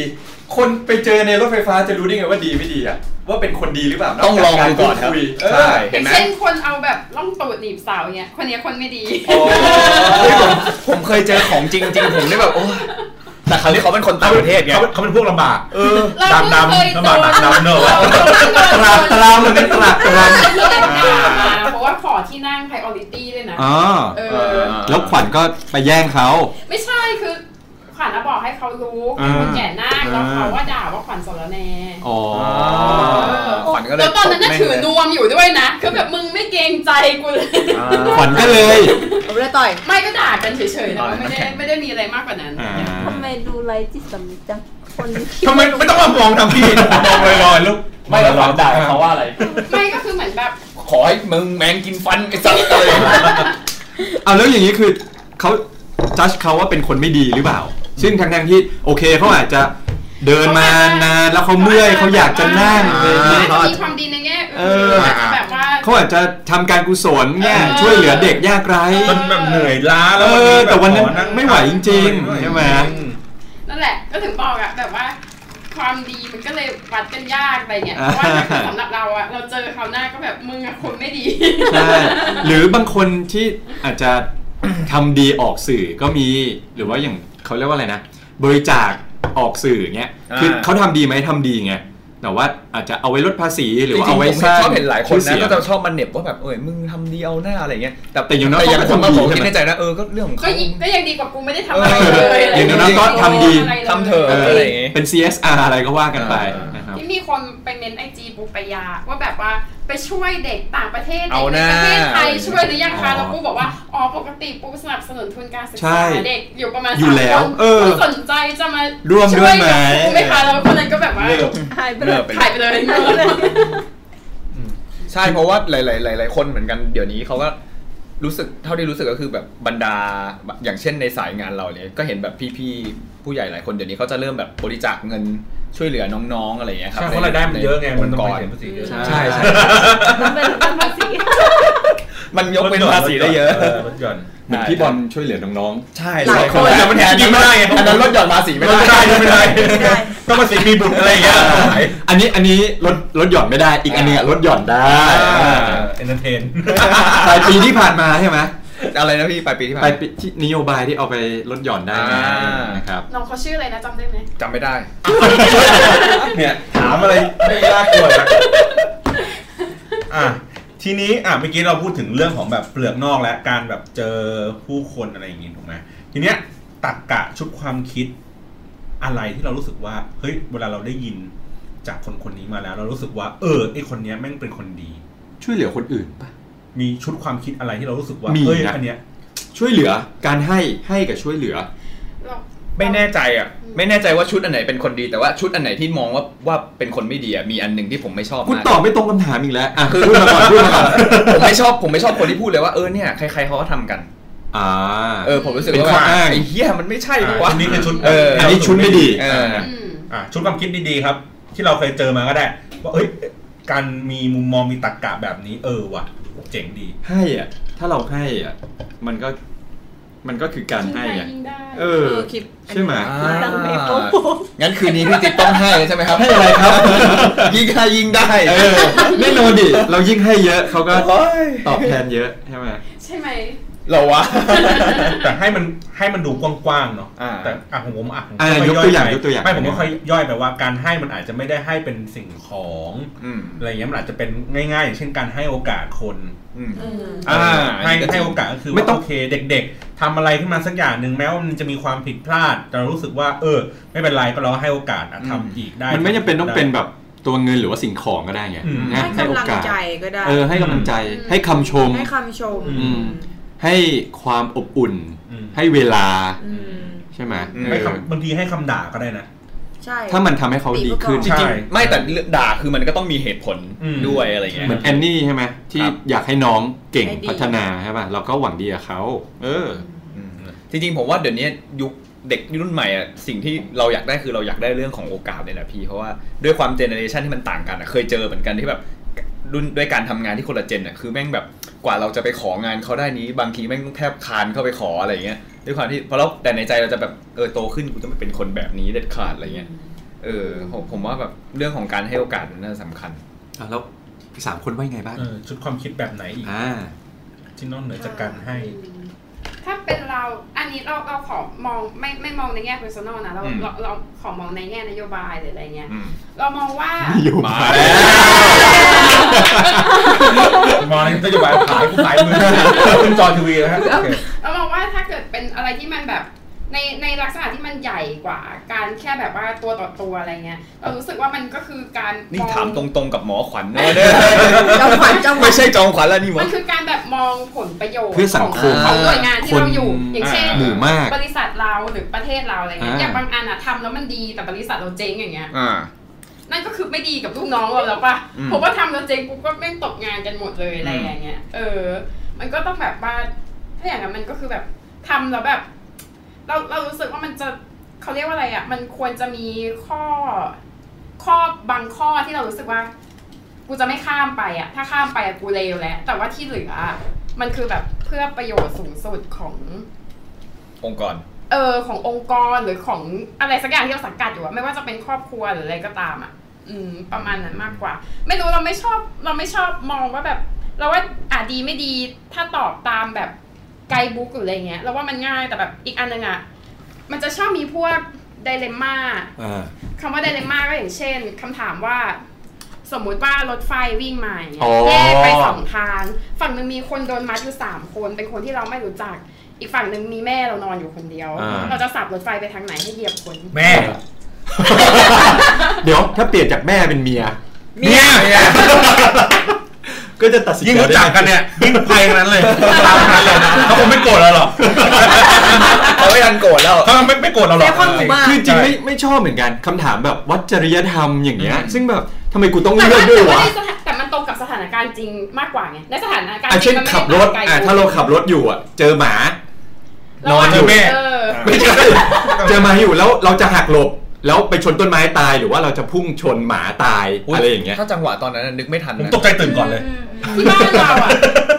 A: คนไปเจอในรถไฟฟ้าจะรู้ได้ไงว่าดีไม่ดีอะว่าเป็นคนดีหรือเปล่า
B: ต้องลองดูก่อนครับใช่
D: อ
B: เห็น
D: ย่าง
B: ไหม
D: เช่นคนเอาแบบล่องตูดหนีบสาวเงี้ยคนเนี้ยคนไม่ดี
B: เฮ้ยผมผมเคยเจอของจริงจริงผมได้แบบโอ้ยแต่คราวนี้เขาเป็นคนต่างประเทศไง
C: เขาเขาเป็นพวกลำบาก
B: เออ
D: เรา
C: ดำด
D: เคย
C: ำ
D: โดน
C: ลำบากดำดำเนอะ
A: ตราบตรามมันเป็นตราบตราม
D: ที่ได้ด่ามาเพราะว่าขอที่นั่ง priority ด้วยนะ
A: อ๋อ
D: เออ
A: แล้วขวัญก็ไปแย่งเขา
D: ไม่ใช่คือขวัญน่ะบอกให้เขารู้
A: อ่า
D: คนแก่หน้าคแล้วเขาว่าด่าว่าขวัญสรแน
A: อ๋อ
B: ขวัญก็เลย
D: แล้วตอนนั้นน่ะ
B: ตบแม่ง
D: ถือนวมอยู่ด้วยนะคือแบบมึงไม่เกรงใจกูเลย
B: อ่า
A: ขวัญก็เลย
E: ผมเลยต่อย
D: ไม่ก็ด่ากันเฉยๆนะ
B: อ่า
D: ไม่ได้ไม่ได้มีอะไรมากกว่านั้น
I: ทำไมดูไรจิตสำนึกจัง คนที่
C: ทำไมไม่ต้องมามองทำพี่มองลอยๆลูก
B: ไม่แล้วขวัญด่าเขาว่าอะไร
D: ไม่ก็คือเหมือนแบบ
B: ขอให้มึงแมงกินฟันไอ้สัตว์เลย
A: เอาแล้วอย่างนี้คือเขาจัดเขาว่าเป็นคนไม่ดีหรือเปล่า ซึ่งทั้งทั้งๆที่โอเคเขาอาจจะเดินมานานแล้วเขาเมื่อยเขาอยากจะนั่งอะไรอย่าง
D: เขา
A: เงี้ย
D: อาจจะมีความดีในแง่
A: เอ
D: อื่
A: อ
D: นอาจจะแบบว่า
A: เขาอาจจะทำการกุศลเนี่ย
D: เออ
A: ช่วยเหลือเด็กยากไร้
C: มันแบบเหนื่อยล้า
A: เอ
C: แล้
A: อ
C: วบบ
A: แต่วันนั้น
C: ขอ
A: ไม่ไหวจริงๆ
C: เออ
A: ใช่ไหม
C: จริง
D: นั่นแหละ ก็ ถึงบอกอะแบบว่า ความดีมันก็เลยวัดกันยากอะไรเงี้ย
A: อ่า
D: เพราะว่าถ้าเกิดสำหรับเราอะเราเจอคราวหน้าก็แบบมึงอะคนไม่ดี
A: ใช่หรือบางคนที่อาจจะ ทำดีออกสื่อก็มีหรือว่าอย่างเขาเรียกว่าอะไรนะ บริจาคออกสื่อเงี้ย
B: อ่า
A: คือเขาทำดีไหมทำดีไงแต่ว่าอาจจะเอาไว้ลดภาษีหรือว่า
B: จ
A: เอาไว้
B: งๆผม
A: สร้าง
B: ชอบเห็นหลายคน
A: ชื่
B: นะ
A: อเสียง
B: ก็จะชอบมาเหน็บว่าแบบเออมึงทำดีเอาหน้าอะไรเงี้ยแต่
A: แต่อย่างน้อย
B: แต่ยัง
A: เขาก็
B: ผมว่าผม
A: ทำดีใช่
B: คิด
A: ไหม
B: ในใจนะเออก็เรื่องของ
D: ก็
B: เขา
D: ยิ่งก็ยังดีกว่ากูไม่ได้ทำอะไร
B: เออย
D: เละไร
A: อย่างน้อยๆก็ทำดี
B: ทำเถอะ
D: ไร
B: ไรอ
D: เล
B: ย ย่างงี้
A: เป็น CSR อะไรก็ว่ากันไป
B: อ่าน
A: นะครับ
D: ที่มีคนไปเม้นไอจีปูปายาว่าแบบว่าไปช่วยเด็กต่างประเทศ
B: เอา
D: เด็ก
B: นะ
D: ในประเทศไทยช่วยหรือยัง
A: อ๋
D: คะ
A: อ
D: แล้วปูบอกว่าอ๋อปกติปูสนับสนุนทุนการศึก
A: ใช่
D: ษาเด็กอยู่ประมาณ
A: อยู่
D: สาม
A: แล้ว
D: คน
A: เออ
D: คุณสนใจจะมา
A: ร่วมด้วยไหม
D: ช่ปูไหมคะแล้วคนนั้นก็แบบว่า
A: เลิก
I: หายไปเล
B: เลิ
I: ย
B: กไปเล
D: ถ่าย
B: ย
D: ไปเลย
B: ใช่เพราะว่าหลายๆหลายๆหลายคนเหมือนกันเดี๋ยวนี้เขาก็รู้สึกเท่าที่รู้สึกก็คือแบบบรรดาอย่างเช่นในสายงานเราเนี่ยก็เห็นแบบพี่ๆผู้ใหญ่หลายคนเดี๋ยวนี้เขาจะเริ่มแบบบริจาคเงินช่วยเหลือน้องๆอะไรอย่างเงี้ยครับ
C: ใช่เพราะรายได้มันเยอะไงมันต้อง
B: ก่
C: ไป
B: อน
C: เสียภาษีเยอะ
A: ใช่
B: ใช่ใช่
I: มันเป็นมันภาษี
B: มันยกเป็นภาษีได้เยอะ
C: ลดหย่อน
A: เหมือนพี่บอลช่วยเหลือน้อง
B: ใช่
E: หลายคน
B: แต่มันแทนไม่ได้อันนั้นลดหย่อนภาษีไม่ได้ไม่ได้
E: ไม่ได้
B: ต้องภาษีมีบุตรอะไรอย่างเงี้ย
A: ๆ อันนี้อันนี้ลดลดหย่อนไม่ได้อีกอันหนึงอะลดหย่อนได้อ่า
C: เอนเตอร์เทน
A: ปลายปีที่ผ่านมาใช่ไหม
B: อะไรนะพี่ปลายปีที่ผ่าน
A: ปลาย
B: มา
A: ปีที่นโยบายที่เอาไปลดหย่อนได้ไงนะครับ
D: น้องเขาชื่ออะไรนะจำได้ไหม
B: จำไม่ได้
C: เนี่ยถามอะไรไม่น่ากลัวนะอ่ะทีนี้อ่ะเมื่อกี้เราพูดถึงเรื่องของแบบเปลือกนอกและการแบบเจอผู้คนอะไรอย่างงี้ถูกไหมทีเนี้ยตักกะชุดความคิดอะไรที่เรารู้สึกว่าเฮ้ยเวลาเราได้ยินจากคนคนนี้มาแล้ว เรารู้สึกว่า เออไอคนเนี้ยแม่งเป็นคนดี
A: ช่วยเหลือคนอื่นปะ
C: มีชุดความคิดอะไรที่เรารู้สึกว่า
A: มี
C: เอ้ย
A: นะ
C: อันเนี้ย
A: ช่วยเหลือการให้ให้กับช่วยเหลือ
D: เรา
B: ไม่แน่ใจอ่ะ ไม่แน่ใจว่าชุดอันไหนเป็นคนดี แต่ว่าชุดอันไหนที่มองว่าว่าเป็นคนไม่ดีอ่ะมีอันหนึ่งที่ผมไม่ชอบ
A: คุณ
B: มาก
A: ตอบไม่ตรงคำถามอีกแล้วอ่ะพูดมาก่อนพูดมาก่อน
B: ผมไม่ชอบผมไม่ชอบคนที่พูดเลยว่าเออเนี่ยใครๆเขาก็ทำกัน
A: อ่า
B: เออผมรู้สึก
A: เป็น
B: ว่า
A: ข้ออ้าง
B: ไอ้เหี้ยมันไม่ใช่ปะวะ
C: อันนี้คือชุด
B: เออ
A: อันนี้ชุดไม่ดี
B: เออ
D: อืม
C: อ่ะชุดความคิดดีๆครับ ที่เราเคยเจอมาก็ได้ว่าเอ้ยการมีมุมมองมีตรรกะแบบนี้ เออว่ะ เจ๋งดี
A: ให้อ่ะ ถ้าเราให้อ่ะ มันก็ มันก็คือการให้อ่ะ
D: ยิ่งได้ยิ่งได้
A: เออ
E: เออคิด
A: ใช่ไหม
B: อ่า
I: ตังไม่โป๊ะโป๊ะ
B: งั้นคืนนี้พี่ติ๊กต้องให้ใช่ไหมครับ
A: ให้อะไรครับ
B: ยิงให้ยิงได้
A: เออแน่นอนดิ เรายิ่งให้เยอะเขาก็ตอบแทนเยอะใช่ไหม
D: ใช่ไหม
B: เหรอวะ
C: แต่ให้มันให้มันดูกว้างๆเนาะ
B: อ่า
C: แต่อ่ะของผมอ่ะผม
A: อ่ะ
C: ค่
A: ยกตัวอย่าง
C: ไป
A: ยกตัวอย่าง
C: ไม่ผมก็ค่อยย่อยไปว่าการให้มันอาจจะไม่ได้ให้เป็นสิ่งของ
B: อืม
C: อะไรเงี้ยมันอาจจะเป็นง่ายๆอย่างเช่นการให้โอกาสคน
B: อืม
E: อืม
B: อ่า
C: ให้
B: อันนี้ก็จริง
C: ให้โอกาสก็คือ
A: ไม่
C: ว่า
A: ต้อง
C: โอเคเด็ก ๆทำอะไรขึ้นมาสักอย่างหนึ่งแม้ว่ามันจะมีความผิดพลาด แต่เรารู้สึกว่า เออ ไม่เป็นไรก็เราให้โอกาสอ่ะทำอีกได้
A: มันไม่จำเป็นต้องเป็นแบบตัวเงินหรือว่าสิ่งของก็ได้ไง
C: อืม
A: นะ
E: ให้กำลัง
A: โอส
E: ใจก็ได้
A: เออ ให้กำลังใจ
D: อืม
A: ให้คำชม
E: ให้คำชม
C: อื
A: ม ให้ความอบอุ่น
C: อืม
A: ให้เวลา
E: อืม
A: ใช่ไหม
B: อืม
A: เอ
C: ให้
A: อ
C: คำบางทีให้คำด่าก็ได้นะ
E: ใช่
A: ถ้ามันทำให้เขาดีขึ้น
E: ตี
B: จ
E: ก่อน
B: ริงๆไม่แต่ด่าคือมันก็ต้องมีเหตุผล
C: อืม
B: ด้วยอะไรเงี้ย
A: เหมือนแอนนี่ใช่ไหมที่
B: ครับ
A: อยากให้น้องเก่ง
E: ให้ดี
A: พัฒนาใช่ป่ะเราก็หวังดีกับเขาเออ
B: อืมจริงๆผมว่าเดี๋ยวนี้ยุคเด็กรุ่นใหม่อะสิ่งที่เราอยากได้คือเราอยากได้เรื่องของโอกาสเนี่ยแหละพี่ เพราะว่าด้วยความเจเนอเรชันที่มันต่างกันอะเคยเจอเหมือนกันที่แบบรุ่นด้วยการทำงานที่คนละเจนอะคือแม่งแบบกว่าเราจะไปของานเขาได้นี้ บางทีแม่งแทบคลานเข้าไปขออะไรเงี้ยด้วยความที่เพราะเราแต่ในใจเราจะแบบเออโตขึ้นกูจะไม่เป็นคนแบบนี้เด็ดขาดอะไรเงี้ยเออผมผมว่าแบบเรื่องของการให้โอกาสมันน่าสำคัญ
A: อ่ะแล้วสามคนว่ายังไงบ้าง
C: เออชุดความคิดแบบไหนอีก
A: อ่า
C: ที่นอกเหนือจากการให้
D: ถ้าเป็นเรา อันนี้เราเราขอมองไม่ไม่มองในแง่ personal นะ เรา
B: อืม
D: เราเราขอมองในแง่นโยบายหรืออะไรเงี้ย
B: อืม
D: เรามองว่า
A: อยู่
B: มา
A: มา
B: แล้
C: มองในนโยบายขายกูขายมือขึ้นจอทีวีนะ ฮะโอเค
D: เรามองว่าถ้าเกิดเป็นอะไรที่มันแบบในในลักษณะที่มันใหญ่กว่า การแค่แบบว่าตัวต่อตัวอะไรเงี้ย เรารู้สึกว่ามันก็คือการ
B: นี่
D: มอง
B: ถามตรงๆกับหมอขวัญนะเด้อ
E: จำขวัญจำขวั
B: ไม่
E: ญ
B: ใช่จองขวัญแล้วนี่หมอ
D: มันคือการแบบมองผลประโยชน์
A: เพื่อสังคม
D: ของหน่วยงานที่เราอยู่
A: คน
D: อย่างเช่น
B: อ่า
A: หมู่มาก
D: บริษัทเราหรือประเทศเราอะไรเงี้ย
A: อ่า
D: อย่างบางอันอะทำแล้วมันดีแต่บริษัทเราเจ๊งอย่างเงี้ย
B: อ่า
D: นั่นก็คือไม่ดีกับลูกน้องเราแล้วป่ะ
B: อืม
D: ผมว่าทำแล้วเจ๊งปุ๊บก็แม่งตกงานกันหมดเลยอะไรอย่างเงี้ยเออ มันก็ต้องแบบว่าถ้าอย่างนั้นมันก็คือแบบทำแล้วแบบ เราเรารู้สึกว่ามันจะเขาเรียกว่าอะไรอะมันควรจะมีข้อ ข้อบางข้อที่เรารู้สึกว่า กูจะไม่ข้ามไปอะถ้าข้ามไปอะกูเลวแล้วแต่ว่าที่เหลืออะมันคือแบบเพื่อประโยชน์สูงสุดของ
B: องค์กร
D: เออขององค์กรหรือของอะไรสักอย่างที่เราสังกัดอยู่อะไม่ว่าจะเป็นครอบครัวหรืออะไรก็ตามอะอืม ประมาณนั้นมากกว่า ไม่รู้เราไม่ชอบเราไม่ชอบมองว่าแบบ เราว่าอ่ะดีไม่ดีถ้าตอบตามแบบไกด์บุ๊กหรืออะไรเงี้ยเราว่ามันง่ายแต่แบบอีกอันหนึงอะมันจะชอบมีพวกไดเลมม่า
A: อ่า
D: คำว่าไดเลมม่าก็อย่างเช่นคำถามว่า สมมุติว่ารถไฟวิ่งมาอย่างเงี้
A: อ๋
D: ย
A: อ
D: แยกไปสองทาง ฝั่งหนึ่งมีคนโดนมัดอยู่สามคนเป็นคนที่เราไม่รู้จัก อีกฝั่งหนึ่งมีแม่เรานอนอยู่คนเดียว
A: อ่า
D: เราจะสับรถไฟไปทางไหนให้เหยียบคน
H: แม่
A: เดี๋ยวถ้าเปลี่ยนจากแม่เป็นเมีย
H: เมีย
A: ก็จะตัดสิน
H: ยิ่ง
A: ใจ
H: รู้จักกันเนี่ยยิ่งไปทั้งนั้นเลยตามกันเลยนะเขาคงไม่โกรธเราหรอก
B: เราไม่ทันโกรธแล้ว
H: เขาไม่ไม่โกรธเราหรอก
E: แต่ความรู้มาก
A: คือจริงไม่ไม่ชอบเหมือนกันคำถามแบบวัดจริยธรรมอย่างเงี้ย
B: อืม
A: ซึ่งแบบทำไมกูต้อง
D: แต่
A: เลือด้ว
D: ว่ากแต่ว่าว
A: ยะ
D: ในสถานแต่มันตรงกับสถานการณ์จริงมากกว่าไงในสถานการณ์
A: อ่ะ
D: จริ
A: เช่น
D: งมันไม่
A: ขับร
D: ได้
A: ถ
D: ต่งไกล
A: อ่ะถ้าเราขับรถอยู่อ่ะ เจอหมาน
D: เรา
A: อน
D: อาจ
A: อ
D: จะ
A: ยู่
H: แม่
D: เออ
A: ไม่ใช่เจอหมาอยู่แล้วเราจะหักหลบ แล้วไปชนต้นไม้ตายหรือว่าเราจะพุ่งชนหมาตายอะไรอย่างเงี้ย
B: ถ้าจังหวะตอนนั้นนะนึกไม่ทัน
H: ผม
B: นะ
H: ตกใจตื่นก่อนเลย
D: ที่บ้านเราอ่ะ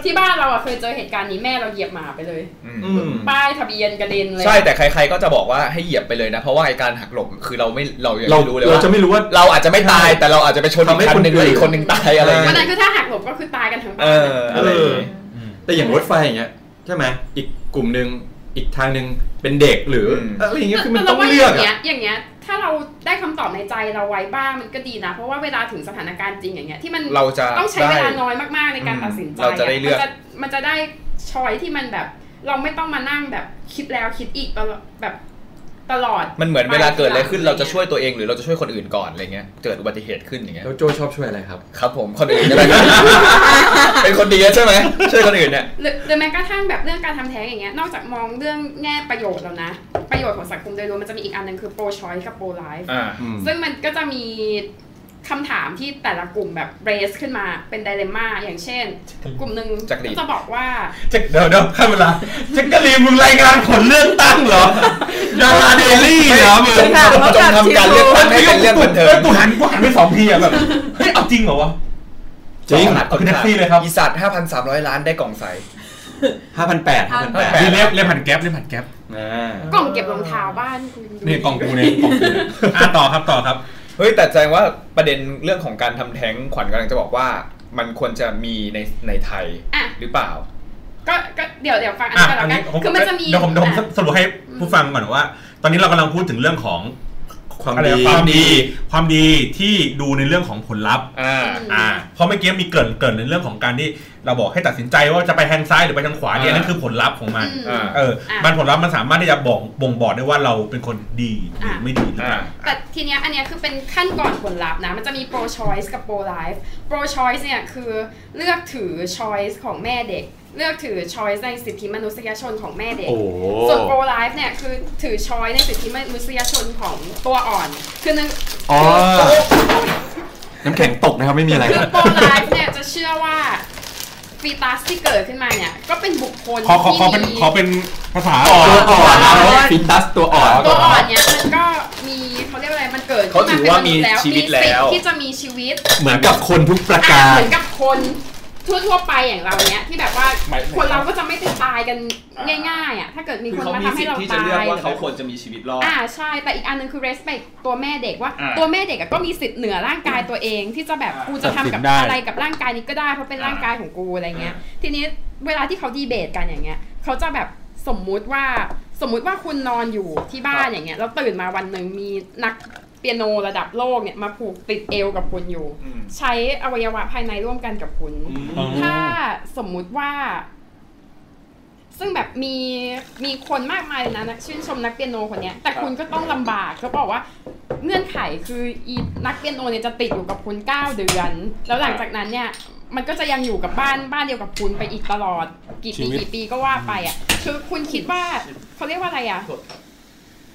D: ที่บ้านเราอ่ะเคยเจอเหตุการณ์นี้แม่เราเหยียบหมาไปเลย
B: อืม
A: อืม
D: ป้ายทะเบียนกระเด็นเลย
B: ใช่แต่ใคร ๆก็จะบอกว่าให้เหยียบไปเลยนะ เพราะว่าไอการหักหลบคือเราไม่เรายัง
A: เรา
B: ไม่รู้เลย
A: เรา
B: ว่า
A: จะไม่รู้ว่า
B: เราอาจจะไม่ตายแต่เราอาจจะไปชน
A: ทำให้
B: อีกคันหนึ่ง
A: คน
B: แล้ว
A: อื่น
B: อีกคนหนึ่งตายอะไรอย่าง
D: วั
B: เงี้
D: นนั้น
B: ย
D: คือถ้าหักหลบก็คือตายกันทั้ง
B: เอ
D: บ้า
B: อ
D: น
B: อะไรอย่างเงี้ย
A: แต่อย่างรถไฟอย่างเงี้ยใช่ไหมอีกกลุ่มหนึ่งอีกทางหนึ่งเป็นเด็กหรืออ
B: ม
A: อะไรอย่างเงี้ยคือมัน
D: แต่
A: ต้อง
D: เราว่าอ
A: เลือก
D: ย่างเงี้
A: อะ
D: ยอย่างเงี้ย ถ้าเราได้คำตอบในใจเราไว้บ้างมันก็ดีนะ เพราะว่าเวลาถึงสถานการณ์จริงอย่างเงี้ยที่มัน
B: เราจะ
D: ต้องใช้เวลา
B: ได้
D: น้อยมากๆในการตัดสินใจ
B: อืมเราจะได้เลือก
D: มันจะมันจะได้ชอยที่มันแบบ เราไม่ต้องมานั่งแบบคิดแล้วคิดอีกตลอดแบบตลอด
B: มันเหมือนเวลาเกิดอะไรขึ้น
D: ป
B: เราจะช่วยตัวเองหรือเราจะช่วยคนอื่นก่อนอะไรเงี้ยเกิดอุบัติเหตุขึ้นอย่างเงี้ย
A: แล้วโจชอบช่วยอะไรครับ
B: ครับผมคนอื่นใช่ไหม เป็นคนดีใช่ไหมช่วยคนอื่นเนี่ย
D: หรือหรือแม้กระทั่งแบบเรื่องการทำแท้งอย่างเงี้ยนอกจากมองเรื่องแง่ประโยชน์แล้วนะ ประโยชน์ของสังคมโดยรวมมันจะมีอีกอันหนึงคือโปรชอยกับโปรไลฟ
A: อืม
D: ซึ่งมันก็จะมีคำถามที่แต่ละกลุ่มแบบเรสขึ้นมาเป็นไดเลม่าอย่างเช่น กลุ่มหนึ่ง
B: จักรี
D: จะบอกว่า
H: เจ๊กเดี๋ยวเดี๋ยวข้ามเวลาเจ๊กกะลีนมึงรายงานผลเลือกตั้งเหรอ ดาราเดลี่เหรอมึง
B: จงทำจงทำการเลือกตั้งให้เป็นเรื่องบันเทิง
H: กูหันกูหันไปสองทีอะแบบเฮ้ยเอาจริงเหรอวะ
A: จริง
B: เอา
H: ขึ้นแท็กซี่เลยครับ
B: อีสัตว์5,300 ล้านได้กล่องใส
A: ห้าพันแปดห้าพันแปด
B: 5,800
H: นี่เรียบเรียบผ่านแก๊ปเรียบผ่านแก๊ป
A: อ่าก
D: ล่องเก็บรองเท้าบ้านคุณดู
H: นี่กล่องกูเนี่ยกล่องกูเนี่ยอ่ะต่อครับต่อครับ
B: เฮ้ยแต่แสดงว่าประเด็นเรื่องของการทำแท้งขวัญกำลังจะบอกว่า มันควรจะมีในในไทย
D: อ่ะ
B: หรือเปล่า
D: ก็ก็เดี๋ยวเดี๋ยวฟังอัน
H: อ่ะ
D: นี้ก่
H: อันนี้ผ
D: อนแล้วกัน
H: ม
D: คือมันจะมี
H: เดี๋ยวผมเดี๋ยวผม
D: อ่ะ
H: สรุปให้ผู้ฟังก่อนว่า ตอนนี้เรากำลังพูดถึงเรื่องของ
A: ความ
H: อะไร
A: ดี
H: อะความดีความดีที่ดูในเรื่องของผลลัพธ์
B: อ่า
H: อ่าเพราะเมื่อกี้มีเกรินเกรินในเรื่องของการที่เราบอกให้ตัดสินใจว่าจะไปทางซ้ายหรือไปทางขวาเนี่ย
B: อ่า
H: นั่นคือผลลัพธ์ของมัน
D: อืม
B: อ่า
H: เออ
D: อ่ะ
H: มันผลลัพธ์มันสามารถที่จะบอกบ่งบอกได้ว่าเราเป็นคนดีหรืออะ ไม่ดีหรือเปล่า
D: แต่ทีเนี้ยอันเนี้ยคือเป็นขั้นก่อนผลลัพธ์นะ มันจะมี pro choice กับ pro life pro choice เนี่ยคือเลือกถือ choice ของแม่เด็ก เลือกถือ choice ในสิทธิมนุษยชนของแม่เด็ก
A: โอ้โห
D: ส่วน pro life เนี่ยคือถือ choice ในสิทธิมนุษยชนของตัวอ่อน คือนึง
A: อ๋อ น้ำแข็งตกนะครับไม่มีอะไร
D: คื
A: ค
D: อ
A: รับ
D: pro life เนี่ยจะเชื่อว่าฟีตัสที่เกิดขึ้นมาเนี่ย ก็เป็นบุคคล
H: ขอขอขอ
D: ที่
H: เป็น
D: มี
H: ขอเป็นภาษา
A: ตัวอ่อนนะฟิตัสตัวอ่อน
D: ตัวอ่อนเนี่ยมันก็มีเขาเรียกว่าอะไรมันเกิด
B: เขาถือว่ามี
D: ขึ้น
B: ชีวิตแล้ว
D: มีสิทธิ์ที่จะมีชีวิต
A: เหมือนกับคนทุกประ
D: อ่ะ
A: การ
D: เหมือนกับคนทั่วๆไปอย่างเราเนี้ยที่แบบว่า
B: หมายถึง
D: คนเราก็จะไม่ได้ตายกันง่ายๆอ่ะถ้าเกิดมี
B: คื
D: คน
B: อเขา
D: มา
B: มี
D: ทำให้
B: สิท
D: เรา
B: ธิ์ที่
D: ตา
B: จะ
D: ย
B: เลือกว่า
D: ห
B: เขา
D: รือ
B: ควรจะมีชีวิตรอด
D: อ่าใช่ แต่อีกอันหนึงคือ respect ตัวแม่เด็กว่า
B: อ่า
D: ตัวแม่เด็กอะก็มีสิทธิ์เหนือร่างกายตัวเองที่จะแบบกูจะทำกับ
H: ตัดสินได้
D: อะไรกับร่างกายนี้ก็ได้เพราะเป็นร่างกายของกูอะไรเงี้ย ทีนี้เวลาที่เขาดีเบตกันอย่างเงี้ยเขาจะแบบสมมุติว่าสมมุติว่าคุณนอนอยู่ที่บ้านอย่างเงี้ยแล้วตื่นมาวันหนึ่งมีนักเปียโนระดับโลกเนี่ยมาผูกติดเอวกับคุณอยู่
B: อืม
D: ใช้อวัยวะภายในร่วมกันกับคุณ
H: อ๋อ
D: ถ้าสมมุติว่า ซึ่งแบบมีมีคนมากมายเลยนะนักชื่นชมนักเปียโนคนเนี้ย แต่คุณก็ต้องลำบากเขาบอกว่า เงื่อนไขคืออีนักเปียโนเนี่ยจะติดอยู่กับคุณ 9 เดือน แล้วหลังจากนั้นเนี่ย มันก็จะยังอยู่กับบ้านบ้านเดียวกับคุณไปอีกตลอด กี่ปีกี่ปีก็ว่าไปอ่ะคือคุณคิดว่าเขาเรียกว่าอะไรอ่ะ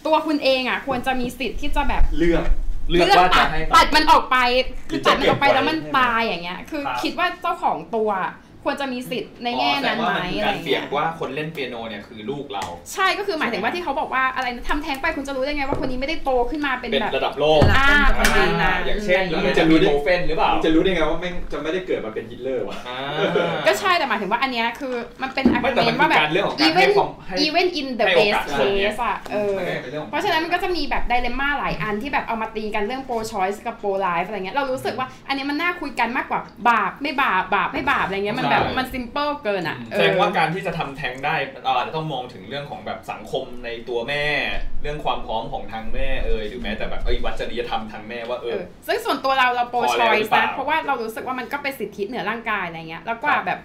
D: ตัวคุณเองอ่ะ ควรจะมีสิทธิ์ที่จะแบบ
B: เลือก
D: ตัดตัดมันออกไป คือตัดมันออกไป
B: หรือจะเก็บไว้
D: แล้วมัน
B: ใช่ไหม
D: ตายอย่างเงี้ย คือคิดว่าเจ้าของตัว ควรจะมีสิทธิ์ในแง่นั้นไหม
B: อ๋อแสดงว่ามันคืการเป
D: อะไร
B: รี
D: เงี้
B: ย
D: ย
B: บว่าคนเล่นเปียโนเนี่ยคือลูกเรา
D: ใช่ก็คือหมายถึงว่าที่เขาบอกว่าอะไรนะทำแท้งไปคุณจะรู้ได้ไงว่าคนนี้ไม่ได้โตขึ้นมาเป็น
B: เป็น
D: แบบ
B: ระดับโลก
D: อ่าประมาณ
B: อ่า
D: นั้น
B: อย่างเช่น
D: อะไร
B: เรา
D: เงี้ย
B: จะรู้โมเฟนหรือเปล่า
A: จะรู้ได้ไงว่าแม่งจะไม่ได้เกิดมาเป็นฮิตเลอร์วะ
B: อ่า
D: ก็ใช่แต่หมายถึงว่าอันเนี้ยคือมันเป็นอาร์
B: ไม่แต่
D: เม
B: มันคื
D: น
B: อ
D: ว่าแบบ
B: การเรื่องของการให้
D: even
B: ความให้
D: even in the
B: ให้โอกาส
D: best
B: คนเนี่ย
D: case อะเออ
B: มันก็เป็นเรื่องของ
D: เพราะฉะนั้นมันก็จะมีแบบไดเลม่าหลายอันที่แบบเอามาตีกันเรื่องโปรชอยส์กับโปรไลฟ์อะไรเงี้ยเรารู้สึกว่าอันเนี้ยมันน่าคุยกันมากกว่าบาปไม่บาปบาปไม่บาปอะไรเงี้ยมันแบบ
B: ใช่
D: มันซิมเปิลเกินอ่ะเอ
B: แสด
D: อง
B: ว่าการที่จะทำแท้งได้เราอาจจะต้องมองถึงเรื่องของแบบสังคมในตัวแม่ เรื่องความพร้อมของทางแม่เอ่ยหรือแม้แต่แบบเอ้ยวัจริยธรรมทางแม่ว่าเอ
D: เอ
B: อ
D: อซึ่งส่วนตัวเราเราโปร
B: พอ
D: ช
B: แล้
D: อ
B: วย หรือ
D: ส์
B: เปล่า
D: นะเพราะว่าเรารู้สึกว่ามันก็เป็นสิทธิเหนือร่างกายอะไรเงี้ยแล้วก
B: ค
D: ว่า
B: รับ
D: แบบ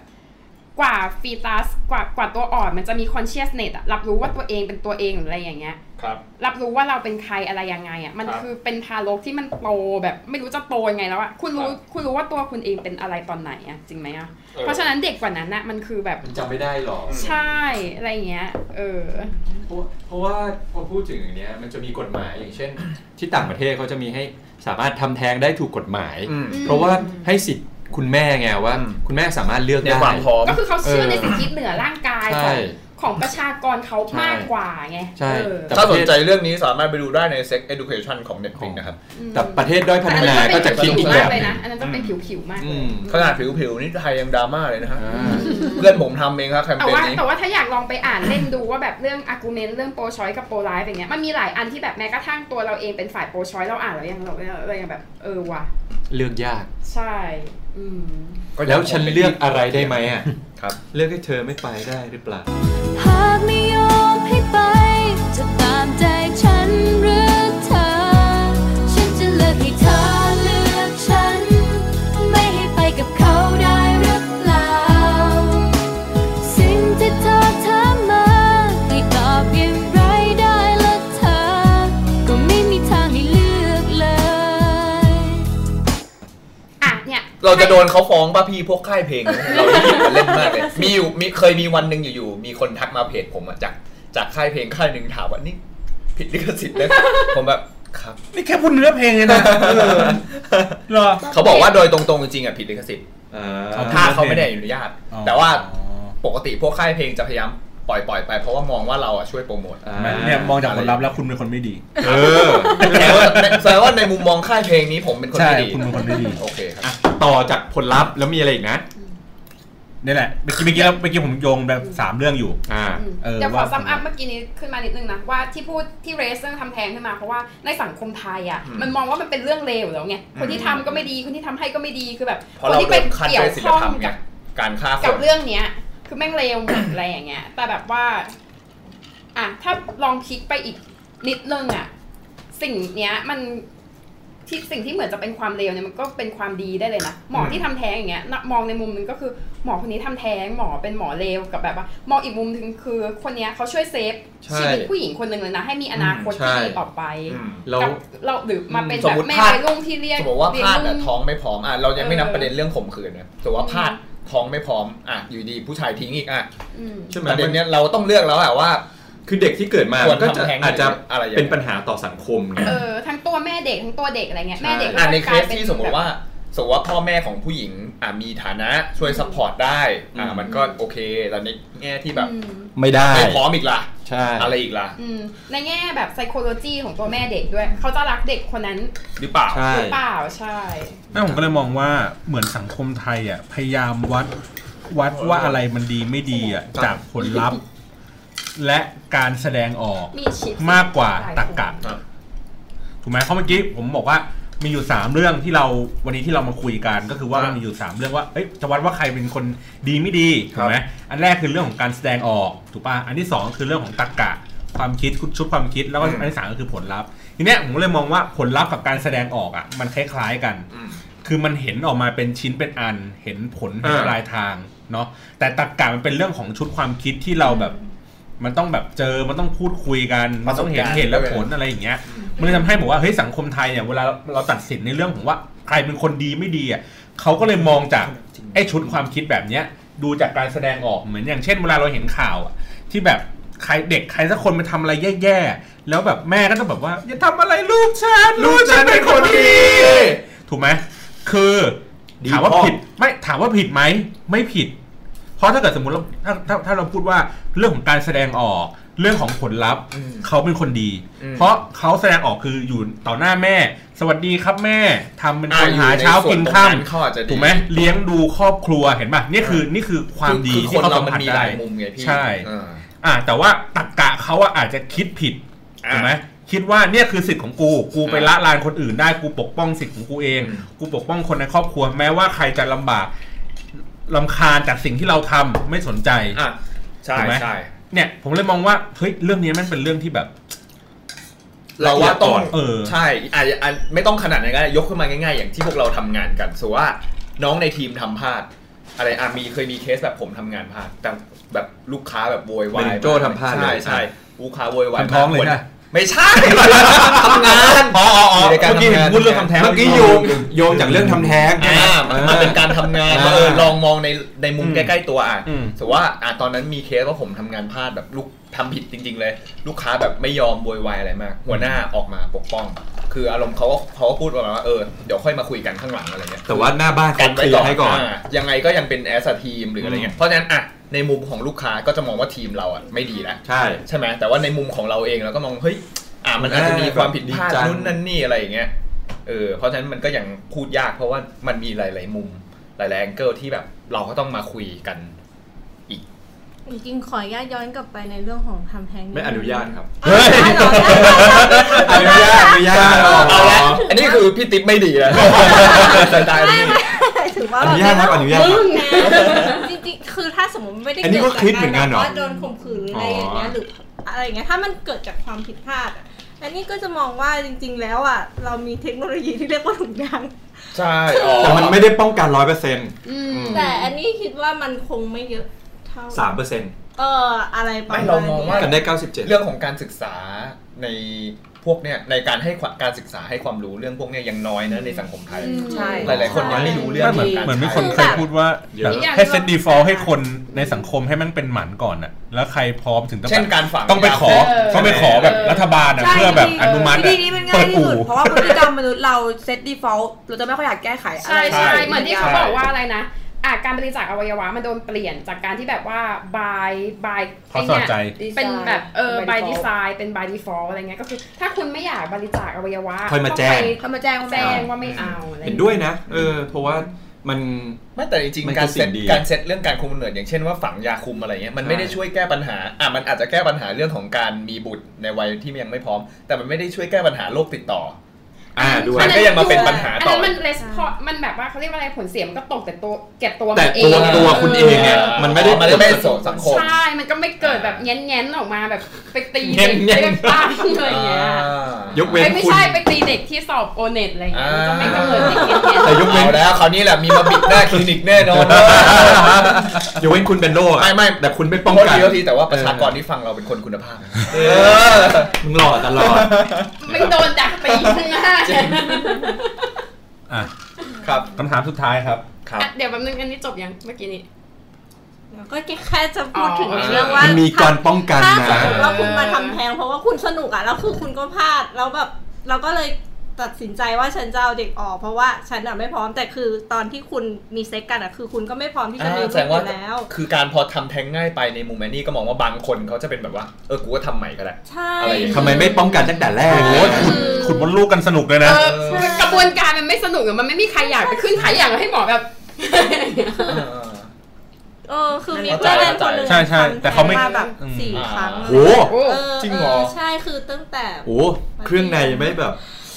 D: กว่าฟีตัสกว่ากว่าตัวอ่อนมันจะมีคอนเชียสเนตอะรับรู้ว่าตัวเองเป็นตัวเองหรืออะไรอย่างเงี้ย
B: ครับ
D: รับรู้ว่าเราเป็นใครอะไรยังไงอ่ะมัน
B: ครับ
D: คือเป็นทารกที่มันโตแบบไม่รู้จะโตยังไงแล้วอ่ะคุณรู้
B: ครับ
D: คุณรู้ว่าตัวคุณเองเป็นอะไรตอนไหนอ่ะจริงไหมอ่ะ
B: เออ
D: เพราะฉะนั้นเด็กกว่านั้นน่ะมันคือแบบ
A: มันจำไม่ได้หรอก
D: ใช่อะไรอย่างเงี้ยเออ
A: เพราะเพราะว่าพอพูดถึงอย่างเนี้ยมันจะมีกฎหมายอย่างเช่น ที่ต่างประเทศเขาจะมีให้สามารถทำแท้งได้ถูกกฎหมาย
B: อืม
A: เพราะว่าให้สิทธิ์คุณแม่ไงว่า
B: อืม
A: คุณแม่สามารถเลือก
B: ใน
A: ได้
B: ความพร้อม
D: ก็คือเขาเชื่อ
A: เออ
D: ในสิทธิเหนือร่างกายข
A: ใช่
D: องของประชากรเขามาก
A: ใช่
D: กว่าไง
A: ใช่
D: เออ
A: แต่
B: ถ้า
A: ป
B: ส
A: ระ
B: น
A: เทศ
B: ใจเรื่องนี้สามารถไปดูได้ใน Sex Education ของ Netflix นะครับ
D: อืม
A: แต่ประเทศด้อยพัฒ
D: แต่อัน
A: นา
D: นั้น
A: ก็
D: จะ
A: จะ
D: เป็น
A: คิด
D: ผิว
A: อีก
D: ๆ
A: แบ
D: มาก
A: บ
D: เลยนะอันนั้นจะเป็นผิวๆมากเล
A: อื
D: ย
A: ม
B: ขนาดผิวๆนี่ไทยยังดราม่าเลยนะฮะ
A: อ่า
B: เพื่อนผมทำเองครับแคม
D: แต่
B: เปญ
D: ว่า
B: นี้
D: แต่ว่าถ้าอยากลองไปอ่านเล่นดูว่าแบบเรื่องอาร์กิเมนต์เรื่องโปรชอยกับโปรไลฟ์อย่างเงี้ยมันมีหลายอันที่แบบแม้กระทั่งตัวเราเองเป็นฝ่ายโปรชอยเราอ่านเรายังเราเรายังแบบเออว่ะ
A: เลือกยาก
D: ใช่ อืม
A: แล้วฉันเลือกอะไรได้ไหมอ่ะ
B: ครับ
A: เลือกให้เธอไม่ไปได้หรือเปล่า
I: หากไม่ยอมให้ไป จะตามใจฉันหรือเธอ ฉันจะเลือกให้เธอเลือกฉัน ไม่ให้ไปกับเขาได้หรือเปล่า สิ่งที่เธอถามมาให้ตอบอย่างไรได้ละเธอ ก็ไม่มีทางให้เลือกเลย
D: อ่ะเนี่ย
B: เราจะโดนเขาฟ้องป่ะพี่พวกค่ายเพลง เราได้ยินกันเล่นมากเลย มีอยู่มีเคยมีวันหนึ่งอยู่ๆมีคนทักมาเพจผมอะจากจากค่ายเพลงค่ายหนึ่งถามว่านี่ผิดลิขสิ ทธิ์เลย ผมแบบครับ
C: นี่แค่พูดเนื้อเพลงเลยนะเออเหรอ
B: เขาบอกว่าโดยตรงๆจริงๆอะผิดลิขสิทธิ์
C: อ
B: ถ้าเขาไม่ได้อนุญาต
C: อ๋อ
B: แต่ว่าปกติพวกค่ายเพลงจะพยายามปล่อยปล่อยๆไป เพราะว่ามองว่าเราอะช่วยโปรโม ท
A: อ่า
C: เนี่ยมองจากผลลัพธ์แล้วคุณเป็นคนไม่ดี
A: เออ
B: แสดงว่าแสดงว่าในมุมมองค่ายเพลงนี้ผมเป็นคน
C: ใช่
B: ไม่ดี
C: คุณเป็นคนไม่ดี
B: โอเคครับ
A: อ่ะต่อจากผลลัพธ์แล้วมีอะไรอีกนะ
C: นี่แหละเมื่อกี้เมื่อกี้เราเมื่อกี้ผมโยงแบบสามเรื่องอยู่
A: อ่า
D: อืม
C: เออ
D: เดี๋ยวขอ
C: ว่า
D: ซ้ำอัพเมื่อกี้นี้ขึ้นมานิดนึงนะ ว่าที่พูดที่เรสเรื่องทำแท้งขึ้นมา เพราะว่าในสังคมไทยอ่ะ
B: อืม
D: มันมองว่ามันเป็นเรื่องเลวแล้วไง คนที่ทำก็ไม่ดี คนที่ทำให้ก็ไม่ดีคือแบบ
B: เพราะ
D: คน
B: เรา
D: ที่
B: โด
D: ไป
B: นคัด
D: เกี่ย
B: ด้
D: ว
B: วยศีล
D: ข้อง
B: ธรรมไง
D: กับ
B: การฆ่าค
D: กับ
B: น
D: เรื่องเนี้ย คือแม่งเลวหมดอะไรอย่างเงี้ย แต่แบบว่าอ่ะถ้าลองพลิกไปอีกนิดนึงอ่ะ สิ่งเนี้ยมันที่สิ่งที่เหมือนจะเป็นความเลวเนี่ยมันก็เป็นความดีได้เลยนะหมอที่ทำแท้งอย่างเงี้ยนะมองในมุมหนึงก็คือหมอคนนี้ทำแท้งหมอเป็นหมอเลวกับแบบว่ามองอีกมุมหนึงคือคนเนี้ยเขาช่วยเซฟ
A: ใช่
D: ชีวิตผู้หญิงคนหนึ่งเลยนะ ให้มีอนาคต
A: ใช่
D: ที่ดีต่อไป
A: เรา
D: กับเราหรือมาเป็น
B: ส
D: แบ
B: ม
D: บ
B: มุติ
D: แม่
B: พลาด
D: วัยรุ่นที่เรียก
B: สมมติว่าพลาดอะ
D: เยง
B: ท้องไม่พร้อมอ่ะเรายังไม่นับ
D: เออ
B: ประเด็นเรื่องข่มขืนนะสมมติว่าพลาดท้องไม่พร้อมอ่ะอยู่ดีผู้ชายทิ้งอีกอ่ะ
D: อืม
A: ใช่ไหม
B: ประเด็
A: มัน น
B: เนี้ยเราต้องเลือกแล้วอะว่า
A: คือเด็กที่เกิดมา
B: ควร
A: มันก็จะ
B: ทำแท้ง
A: อาจจะ
B: อะไรอย่างเงี้ย
A: เป็นปัญหาต่อสังคมไง
D: เออทั้งตัวแม่เด็กทั้งตัวเด็กอะไรเงี้ยแม่เด็ก
B: อ่ะใน
D: ก็
B: เค
D: กลาย
B: ส
D: ป็น
B: ที่สมมติว่าสมมติว่าพ่อแม่ของผู้หญิงอ่ะมีฐานะช่วยซัพพอร์ตได้อ่ะ
A: อืม
B: มันก็โอเคแต่ในแง่ที่แบบ
D: อืม
A: ไม่ได้
B: ไม่พร้อมอีกล่ะ
A: ใช่
B: อะไรอีกล่ะ
D: อืมในแง่แบบ psychology ของตัวแม่เด็กด้วย เขาจะรักเด็กคนนั้น
B: หรือเปล่า
A: ใช่
D: หรือเปล่าใช่
C: แม่ผมก็เลยมองว่าเหมือนสังคมไทยอ่ะพยายามวัดวัดว่าอะไรมันดีไม่ดีอ่ะ
B: ครับ
C: จากผลลัพธ์ และการแสดงออก
D: มีชิป
C: มากกว่าตรรกะ
B: ครับ
C: ถูกไหมเพราะเมื่อกี้ผมบอกว่ามีอยู่สามเรื่องที่เราวันนี้ที่เรามาคุยกันก็คือว่า
B: ครับ
C: มีอยู่สามเรื่องว่าเอ้ยจะวัดว่าใครเป็นคนดีไม่ดี
B: ค
C: ถู
B: รับ
C: กไหมอันแรกคือเรื่องของการแสดงออกถูกป่ะอันที่สองคือเรื่องของตรรกะ ความคิดคุณชุดความคิดแล้วก็อันที่สามก็คือผลลัพธ์ทีเนี้ยผมก็เลยมองว่าผลลัพธ์กับการแสดงออกอ่ะมันคล้ายๆกัน
B: อืม
C: คือมันเห็นออกมาเป็นชิ้นเป็นอัน เห็นผลเห็น
B: อ่า
C: ปลายทางเนาะแต่ตรรกะมันเป็นเรื่องของชุดความคิดที่เราแบบ มันต้องแบบเจอมันต้องพูดคุยกันมันต้องเห็นเหตุและผลอะไรอย่างเงี้ย มันเลยทำให้บอกว่าเฮ้ยสังคมไทยเนี่ยเวลาเราตัดสินในเรื่องของว่าใครเป็นคนดีไม่ดีอ่ะเขาก็เลยมองจากไอ้ชุดความคิดแบบเนี้ย ดูจากการแสดงออกเหมือนอย่างเช่นเวลาเราเห็นข่าวอ่ะที่แบบใครเด็กใครสักคนไปทำอะไรแย่ๆแล้วแบบแม่ก็จะแบบว่าอย่าทำอะไรลูกฉันลูกฉันเป็นคนดี ถูกไหมคือ
A: ดี
C: ถามว่า
A: พ่อ
C: ผิดไม่ถามว่าผิดไหมไม่ผิด เพราะถ้าเกิดสมมติเราถ้าถ้าถ้าเราพูดว่าเรื่องของการแสดงออกเรื่องของผลลัพธ์
B: อืม
C: เขาเป็นคนดี
B: อืม
C: เพราะเขาแสดงออกคืออยู่ต่อหน้าแม่ สวัสดีครับแม่ทำเป็นคน
B: อ่า
C: หา
B: อยู่ใน
C: เช้ากิน
B: ส่วนตรง
C: ข้าม
B: นั้นเขาอาจจะดี
C: ถูกไหมเลี้ยงดูครอบครัวเห็นป่ะนี่คือ
B: เออ
C: นี่คือความดี
B: คือ
C: ที่
B: คน
C: เขา
B: เรา
C: สัม
B: มัน
C: ผัส
B: มีห
C: ได้
B: ลายมุมไงพี่
C: ใช่
B: เออ
C: อ่าแต่ว่าตรกกะเขาอะอาจจะคิดผิด
B: อ่ะ
C: ถูกไหมคิดว่าเนี่ยคือสิทธิ์ของกู กูไป
B: อ่ะ
C: ละลานคนอื่นได้กูปกป้องสิทธิ์ของกูเอง
B: อืม
C: กูปกป้องคนในครอบครัว แม้ว่าใครจะลำบากลำคาญจากสิ่งที่เราทำไม่สนใจ
B: อ่ะใช่
C: ถูกไหม
B: ใช่
C: เนี่ย ผมเลยมองว่าเฮ้ยเรื่องนี้มันเป็นเรื่องที่แบบ
B: เราว่าต้อง
C: เออ
B: ใช่อาจจะไม่ต้องขนาดนั้นก็ได้ยกขึ้นมาง่าย ๆ อย่างที่พวกเราทำงานกันสมมุติว่าน้องในทีมทำพลาด อะไรอ่ะมีเคยมีเคสแบบผมทำงานพลาดแต่แบบลูกค้าแบบโวยวาย
A: เหมือนโจ้ทำพลาดเลย
B: ใช่ใช่ลูกค้าโวยวาย
C: ทำท้องเลยนะ
B: ไม่ใช่ ทำงาน
C: อ๋ออ๋ออ๋อ
B: ในการ
C: เมื่อกี้
B: ทำ
C: เห็น
B: งาน
C: พูดเรื่องคำแท้ง
A: เมื่อกี้โยง โยงจากเรื่องทำแท้งใช่ไหม
B: อ่ามันมันเป็นการทำงาน
A: อ่า
B: ว่าเออลองมองในในมุมใกล้ๆตัวอ่ะ
C: อืม
B: สมมติว่าอ่ะตอนนั้นมีเคสว่าผมทำงานพลาดแบบลูกทำผิดจริง ๆ เลย ลูกค้าแบบไม่ยอมโวยวายอะไรมาก หัวหน้าออกมาปกป้อง คืออารมณ์เขาก็เขาก็พูดประมาณว่าเออเดี๋ยวค่อยมาคุยกันข้างหลังอะไรเงี้ย
A: แต่ว่าหน้าบ้านเขาเคลียร์ให้ก่อน
B: ายังไงก็ยังเป็นแอสทีมหรืออะไรเงี้ยเพราะฉะนั้นอ่ะในมุมของลูกค้าก็จะมองว่าทีมเราอ่ะไม่ดีแล้ว
A: ใช่
B: ใช่ไหมแต่ว่าในมุมของเราเองเราก็มองเฮ้ยอ่ะมันอาจจะมีความผิดพลาด
A: ดีจัง
B: นู่นนั่นนี่อะไรอย่างเงี้ยเออเพราะฉะนั้นมันก็ยังพูดยากเพราะว่ามันมีหลาย ๆ มุมหลาย ๆ แองเกิลที่แบบเราก็ต้องมาคุยกัน
G: จริงๆขออนุญาตย้อนกลับไปในเรื่องของทำแท้ง
A: ไม่อนุญาตครับ
G: เฮ้ยได้เหรอได้เหรอ
A: อนุญาตอนุญาต
B: เอา
A: เอา
B: ละ
A: ละ
B: อันนี้คือพี่ติ๊บไม่ดีนะ สไตล์นี้
G: ถือว่า
A: อนุญาตครับอนุญาตครับ
G: จริงๆ คือถ้าสมมติไม่ได้
A: อันนี้ก็คิดเหมือนกันเหรอ
G: ว่าโดนข่มขืนหรืออะไรอย่างเงี้
A: อ๋อ
G: ยหรืออะไรอย่างเงี้ยถ้ามันเกิดจากความผิดพลาดอ่ะอันนี้ก็จะมองว่าจริง ๆ แล้วอ่ะเรามีเทคโนโลยีที่เรียกว่าถุงยาง
B: ใช่อ๋อ
A: แต่มันไม่ได้ป้องกันร้อยเปอร์เซ็นต์
D: อืม
G: แต่อันนี้คิดว่ามันคงไม่เยอะเท่า
A: สามเปอร์เซ็นต์
G: เอออะไรประ
B: ไม่
G: มาณ
B: เรามองว่า
A: กันได้เก้าสิบเจ็ด
B: เรื่องของการศึกษาในพวกเนี่ยในการให้ความการศึกษาให้ความรู้เรื่องพวกเนี้ยยังน้อยนะในสังคมไทย
E: ใช่
B: หลาย ๆ คนยังไม่รู้เรื่อง
C: เหมือน
B: การ
C: เหมือนมี
B: ใช้
C: คนเคยพูดว่า
A: เดี๋ยว
C: แบบให้เซตดีฟอลต์ให้คนในสังคมให้มันเป็นหมันก่อนอะแล้วใครพร้อมถึงต้อง
B: เช่นการฝัง
C: ต้องไปขอ
D: เออ
C: ต้องไปขอแบบรัฐบาลอะ
E: ใช่
C: เพื่อแบบอนุมัติ
E: วิ
C: อะ
E: ธีนี้มันง่า
C: เปิ
E: ย
C: ด
E: ที่
C: อู่
E: สุด เพราะว่าพฤติกรรมมนุษย์เราเซต default เราจะไม่ค่อยอยากแก้ไขอะไร
D: ใช่ใช่เหมือนที่เขา
B: ใช่
D: บอกว่าอะไรนะอ่ะการบริจาคอวัยวะมันโดนเปลี่ยนจากการที่แบบว่า by by
C: เขาสอดใจ
E: Design
D: เป็นแบบเออ
E: by
D: by
E: default
D: design เป็น by default อะไรเงี้ยก็คือ ถ้าคุณไม่อยากบริจาคอวัยวะ
A: ค่อยมาแจ้ง
E: เขามาแจ้งว่า
D: แจ้ง
E: ไม่
D: ว่าไม่เอาอะไร
A: เห็น
D: เงี้ย
A: ด้วยนะ เออ เพราะว่ามัน
B: ไม่แต่จริง
A: มัน
B: ๆ การ
A: คือ
B: เซ
A: สิ่
B: ต
A: งดี
B: การเซตเรื่องการคุมกำเนิดอย่างเช่นว่าฝังยาคุมอะไรเงี้ยมันไม่ได้
A: ใช่
B: ช่วยแก้ปัญหาอ่ะมันอาจจะแก้ปัญหาเรื่องของการมีบุตรในวัยที่ยังไม่พร้อม แต่มันไม่ได้ช่วยแก้ปัญหาโรคติดต่อ
A: อ่าด้วย
B: มันก็ยังมาเป็นปัญหา
D: อัน
B: ต่อ
D: นั้นมันเลสพอมันแบบว่าเขาเรียกว่าอะไรผลเสียมันก็ตกแต่ตัวแก่ตัว
A: แต่
D: มันเอ
A: ตัว
D: ง
A: ตัวคุณเองเนี่ยมันไม่ได้
B: มันไม่ได้ส่งสังคม
D: ใช่ มันก็ไม่เกิดแบบแง้นๆออกมาแบบไปตี
A: แง้
D: เด็ก
A: นๆ
D: ไปปั้งอะไรอย่างเงี้ย
A: ยกเว้น
D: ไอ้ยไม่
A: คุณ
D: ใช่ไปตีเด็กที่สอบโอเน็ตอะไรอย่างเงี้ยมันก็ไม่กำเนิดเด็กแง้นๆ
A: แต่ยกเว้น
B: เอาแล้วคราวนี้แหละมีมาบิดหน้าคลินิกแน่นอน
A: ยกเว้นคุณเป็นโรคอะ
B: ไม่ไม่
A: แต่คุณไม่ป้
B: ป้
A: อ
B: องง
A: กั
B: กัน นทีแต่ว่าประชากรที่ฟังเราเป็นคนคุณภาพเออ
A: มึงหล่อตลอด
D: ไม่โดนดักตีข้างหน้า
B: จริง
C: อ่ะ
B: ครับ
C: คำถามสุดท้ายครับ
B: ครับ
D: อ่ะเดี๋ยวแป๊บนึงอันนี้จบยังเมื่อกี้นี้
G: แล้วก็แค่จะพูดถึง
D: อ๋อ
G: เรื่องว่า
A: มั
G: ม
A: นมีการป้องกัน
G: ถ้า
A: นะ
G: สมมติว่าคุณมาทำแท้งเพราะว่าคุณสนุกอ่ะแล้วคือคุณก็พลาดแล้วแบบเราก็เลยตัดสินใจว่าฉันจะเอาเด็กออก เพราะว่าฉันอ่ะไม่พร้อมแต่คือตอนที่คุณมีเซ็กกันอ่ะคือคุณก็ไม่พร้อมที่จะมี
B: อ่าแส
G: ลู
B: ด
G: ก
B: ง
G: อ
B: ว่า
G: ยู่แล้ว
B: คือการพอทำแท้งง่ายไปในมุมแมนนี่ก็มองว่าบางคนเขาจะเป็นแบบว่าเออกูก็ทำใหม่ก็ได้
G: ใช่
B: อะไรอย่างเงี้ย
A: ทำไมไม่ป้องกันตั้งแต่แรก
C: โอ้โหขุดขุดบนลูกกันสนุกเลย
D: เอ
C: นะ
D: อคือกระบวนการมันไม่สนุกหรือมันไม่มีใครอยากไปขึ้นขายอย่างให้หมอแบบ
G: เออคือมีเพื่อนเล่นคนหนึ่ง
C: ใช่ใช่แต่เขาไม่
G: ทำท้งแบบ
C: อืม
G: สี่ครั้ง
B: อ่า
A: โอ้
G: เลย
A: โห
D: โอ้
G: เออ
B: จริงเหรอ
G: ใช่คือตั้งแต่
A: โอ้โหเครื่องในไม่แบบ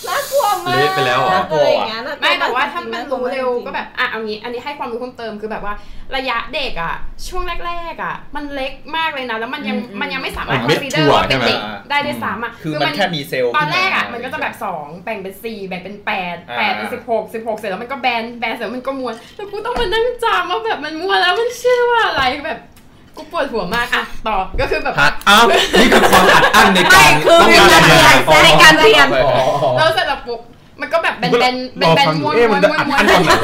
G: น่ากลัวมาก
A: เละไปแล้วเหรอ
G: อะไรอย่างเงี้ยน่กลั
D: ไม่แต่ว่าถ้ามัน
G: จง
D: รู้
G: ๆ
D: เร็วก็แบบอ่ะเอางี้ อันนี้ให้ความรู้เพิ่มเติมคือแบบว่าระยะเด็กอ่ะ ช่วงแรกๆอ่ะ มันเล็กมากเลยนะ แล้วมันยังมันยังไม่สามารถ
A: มั
D: คน อ
A: เม็ด
D: นซี
A: ถั่
D: เดอร์
A: ว
D: ว่าเป็นเด็ก
B: ใช่ไหม
D: ได้ด้วยซ้ำอ่ะ
B: คือมันแค่มีเซลล์
D: ตอนแรกอ่ะ
B: ขึ้า
D: มันก็จะแบบ 2 แบ่งเป็น 4 แบ่งเป็น 8
B: อ่า
D: 8เป็น16 16 เสร็จแล้วมันก็แบนแบนเสร็จแล้วมันก็ม้วนแล้วกูต้องมานั่งจำว่าแบบมันม้วนแล้วมันชื่อว่าอะไรแบบกูปวดหัวมากอ่ะต่อก็คือแบบ
A: ฮะอ้าวนี่คือความอัดอั้นในการต้อง
E: คือ
A: การ
E: การเปลี่ย
A: อ๋
E: น
A: อ
E: ในการเรียน
B: อ๋อ
D: แล้วเสร็จแล้วปุ๊บมันก็แบบแบนแบนแบ
C: รอน
D: แบน
C: ฟังอยู่
D: ม้วน
C: เอ๊ะ
D: ม้
C: มั
D: วน น
C: จะ
D: ม้วน
C: อัด
D: ม้ว
C: อั้
D: น
C: นก่อนเหร อ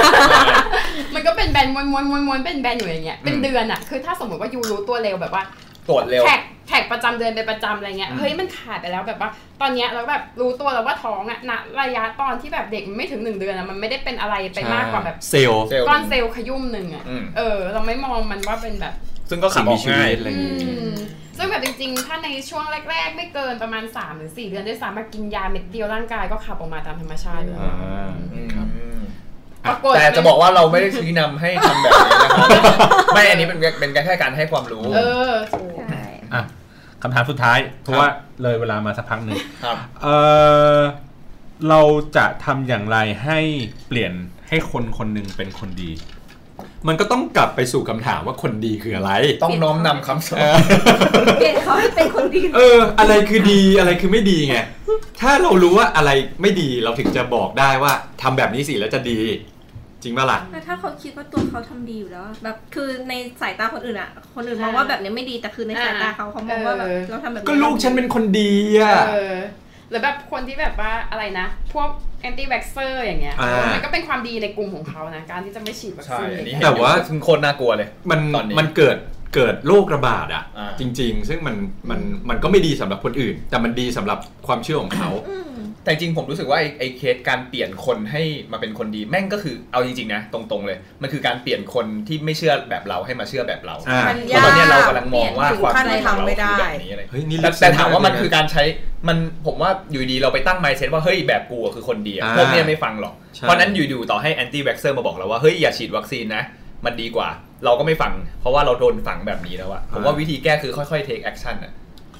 D: มันก็เป็นแบนม้วนม้วนม้วนม้วนเป็นแบนอยู่อย่างเงี้ยเป็นเดือนอ่ะคือถ้าสมมติว่ายูรู้ตัวเร็วแบบว่า
C: กดเร็ว
D: แท็กแท็กประจำเดือนเป็นประจำอะไรเงี้ย
C: อืม
D: เฮ้ยมันขาดไปแล้วแบบว่า ตอนเนี้ยเราแบบรู้ตัวแล้วว่าท้องอะณระยะตอนที่แบบเด็กไม่ถึงหนึ่งเดือนอะมันไม่ได้เป็นอะไรไปมากกว่าแบบ
A: เซลล์
C: เซลล์
D: ก้อนเซลล์ขยุ่มหนึ่งอะ
C: อืม
D: เออ เราไม่มองมันว่าเป็นแบบ
C: ซึ่งก็ขับออกง่าย
A: อะไรอ
D: อื
A: ย่างงี้
D: มซึ่งแบบจริงๆ ถ้าในช่วงแรก ๆ ไม่เกินประมาณ 3 หรือ 4 เดือนด้วยซ้ำมากินยาเม็ดเดียวร่างกายก็ขับออกมาตามธรรมชาติอยู่แล้ว
A: อ่าครับ
D: ปรากฏ
C: แต่จะบอกว่าเราไม่ได้ชี้นำให้ทำแบบนี้นะครับ ไม่อันนี้เป็นเป็นแค่การให้ความรู้
D: เออ
E: ใช่
F: อ่ะคำถามสุดท้าย เพราะว่าเลยเวลามาสักพักหนึ่ง
C: ครับ
F: เออเราจะทำอย่างไรให้เปลี่ยนให้คนคนหนึ่งเป็นคนดี
A: มันก็ต้องกลับไปสู่คำถามว่าคนดีคืออะไร
C: ต้องน้อมนำคำสอน
E: เปลี่ยนเขาให้เป็นคนดี
A: เออ อะไรคือดีอะไรคือไม่ดีไง ถ้าเรารู้ว่าอะไรไม่ดีเราถึงจะบอกได้ว่าทำแบบนี้สิแล้วจะดี จริงป่ะล่ะ
G: แต่ถ้าเขาคิดว่าตัวเขาทำดีอยู่แล้วอะแบบคือในสายตาคนอื่นอะคนอื่น
D: ใช่
G: มองว่าแบบนี้ไม่ดีแต่คือในสายตาเขาเขามองว่าแบบ
D: เออ
G: เราทำแบบ
A: ก็ลูกฉันเป็นคนดีอ่ะ
D: เออหรือแบบคนที่แบบว่าอะไรนะ พวกแอนตี้แว็กเซอร์อย่างเงี้ย
A: อ่ามั
D: มันก็เป็นความดีในกลุ่มของเขานะ การที่จะไม่ฉีดวัค
C: ใช่
D: ซีน
C: อันนี้
A: แต่ว่า
C: ซึ่งโคตรน่ากลัวเลย
A: มัน
C: ตอนนี้
A: มันเกิดเกิดโรคระบาดอ่ะ
C: อ่า
A: จริง ๆ ซึ่งมันมันมันก็ไม่ดีสำหรับคนอื่น แต่มันดีสำหรับความเชื่อของเขา
C: แต่จริงผมรู้สึกว่าไอ้ไอ้เคสการเปลี่ยนคนให้มาเป็นคนดีแม่งก็คือเอาจริงๆนะ ตรงๆเลย มันคือการเปลี่ยนคนที่ไม่เชื่อแบบเราให้มาเชื่อแบบเรา
A: อ่า
E: มัน
C: เพ
E: ยา
C: ราะ
E: ก
C: ตอนเนี้ยเรากำลังมองว่า
E: เปลี่ยนถึง
C: ความ
E: ขั้น
C: ดีของ
E: ทำไม่ได้
C: เราคือแบบนี้อะไร
A: เฮ้ยนี่
C: แต่
A: ลึกซึ้
C: แต่
A: ง
C: ถามว่ามัน
A: เลยะ
C: คือการใช้มันผมว่าอยู่ดีเราไปตั้ง mindset ว่าเฮ้ยแบบกูอะคือคนดีอะ
A: อ่า
C: พวกเนี้ยไม่ฟังหรอก
A: ใช่
C: เพราะนั้นอยู่ๆต่อให้แอนตี้แว็กเซอร์มาบอกเราว่าเฮ้ยอย่าฉีดวัคซีนนะ มันดีกว่า เราก็ไม่ฟัง เพราะว่าเราโดนฝังแบบนี้แล้วอะผมว่าวิธีแก้คือค่อยๆ take action อะ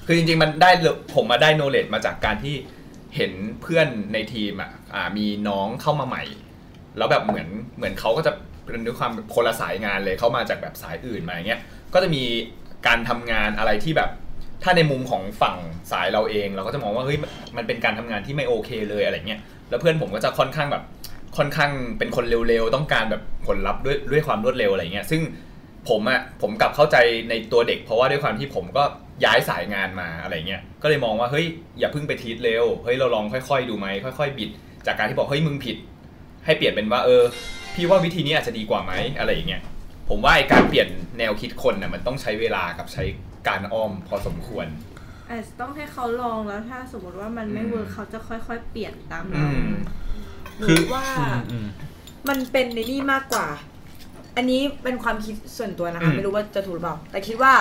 C: คือจริงๆ มันได้เลยผมมาได้โนเล e มาจากการที่เห็นเพื่อนในทีมอ่ะอ่ามีน้องเข้ามาใหม่ แล้วแบบเหมือนเหมือนเขาก็จะเป็นด้วยความคนละสายงานเลยเข้ามาจากแบบสายอื่นมาอย่างเงี้ยก็จะมีการทำงานอะไรที่แบบ ถ้าในมุมของฝั่งสายเราเอง เราก็จะมองว่าเฮ้ยมันมันเป็นการทำงานที่ไม่โอเคเลยอะไรเงี้ยแล้วเพื่อนผมก็จะค่อนข้างแบบค่อนข้างเป็นคนเร็วๆต้องการแบบผลลัพธ์ด้วยด้วยความรวดเร็วอะไรเงี้ยซึ่ง ผมอะผมกลับเข้าใจในตัวเด็ก เพราะว่าด้วยความที่ผมก็ย้ายสายงานมาอะไรเงี้ยก็เลยมองว่าเฮ้ยอย่าเพิ่งไปทีทเร็วเฮ้ยเราลองค่อยๆ ดูไหมค่อย ๆ บิด จากการที่บอกเฮ้ยมึงผิด ให้เปลี่ยนเป็นว่าเออ พี่ว่าวิธีนี้อาจจะดีกว่าไหมอะไรอย่างเงี้ยผมว่าไอการเปลี่ยนแนวคิดคนน่ะมันต้องใช้เวลากับใช้การอ้อมพอสมควร
G: อาจจะต้องให้เขาลองแล้วถ้าสมมติว่ามันไม่
C: อืม
G: เวิร์คเขาจะค่อยๆ เปลี่ยนตาม
C: อื
G: เรา
C: ม
E: ห
F: คื
E: รือ อว่า
F: อืม
E: มันเป็นในนี่มากกว่า อันนี้เป็นความคิดส่วนตัวนะ
C: อื
E: คะ
C: ม
E: ไม่รู้ว่าจะถูกหรือเปล่า แต่คิดว่า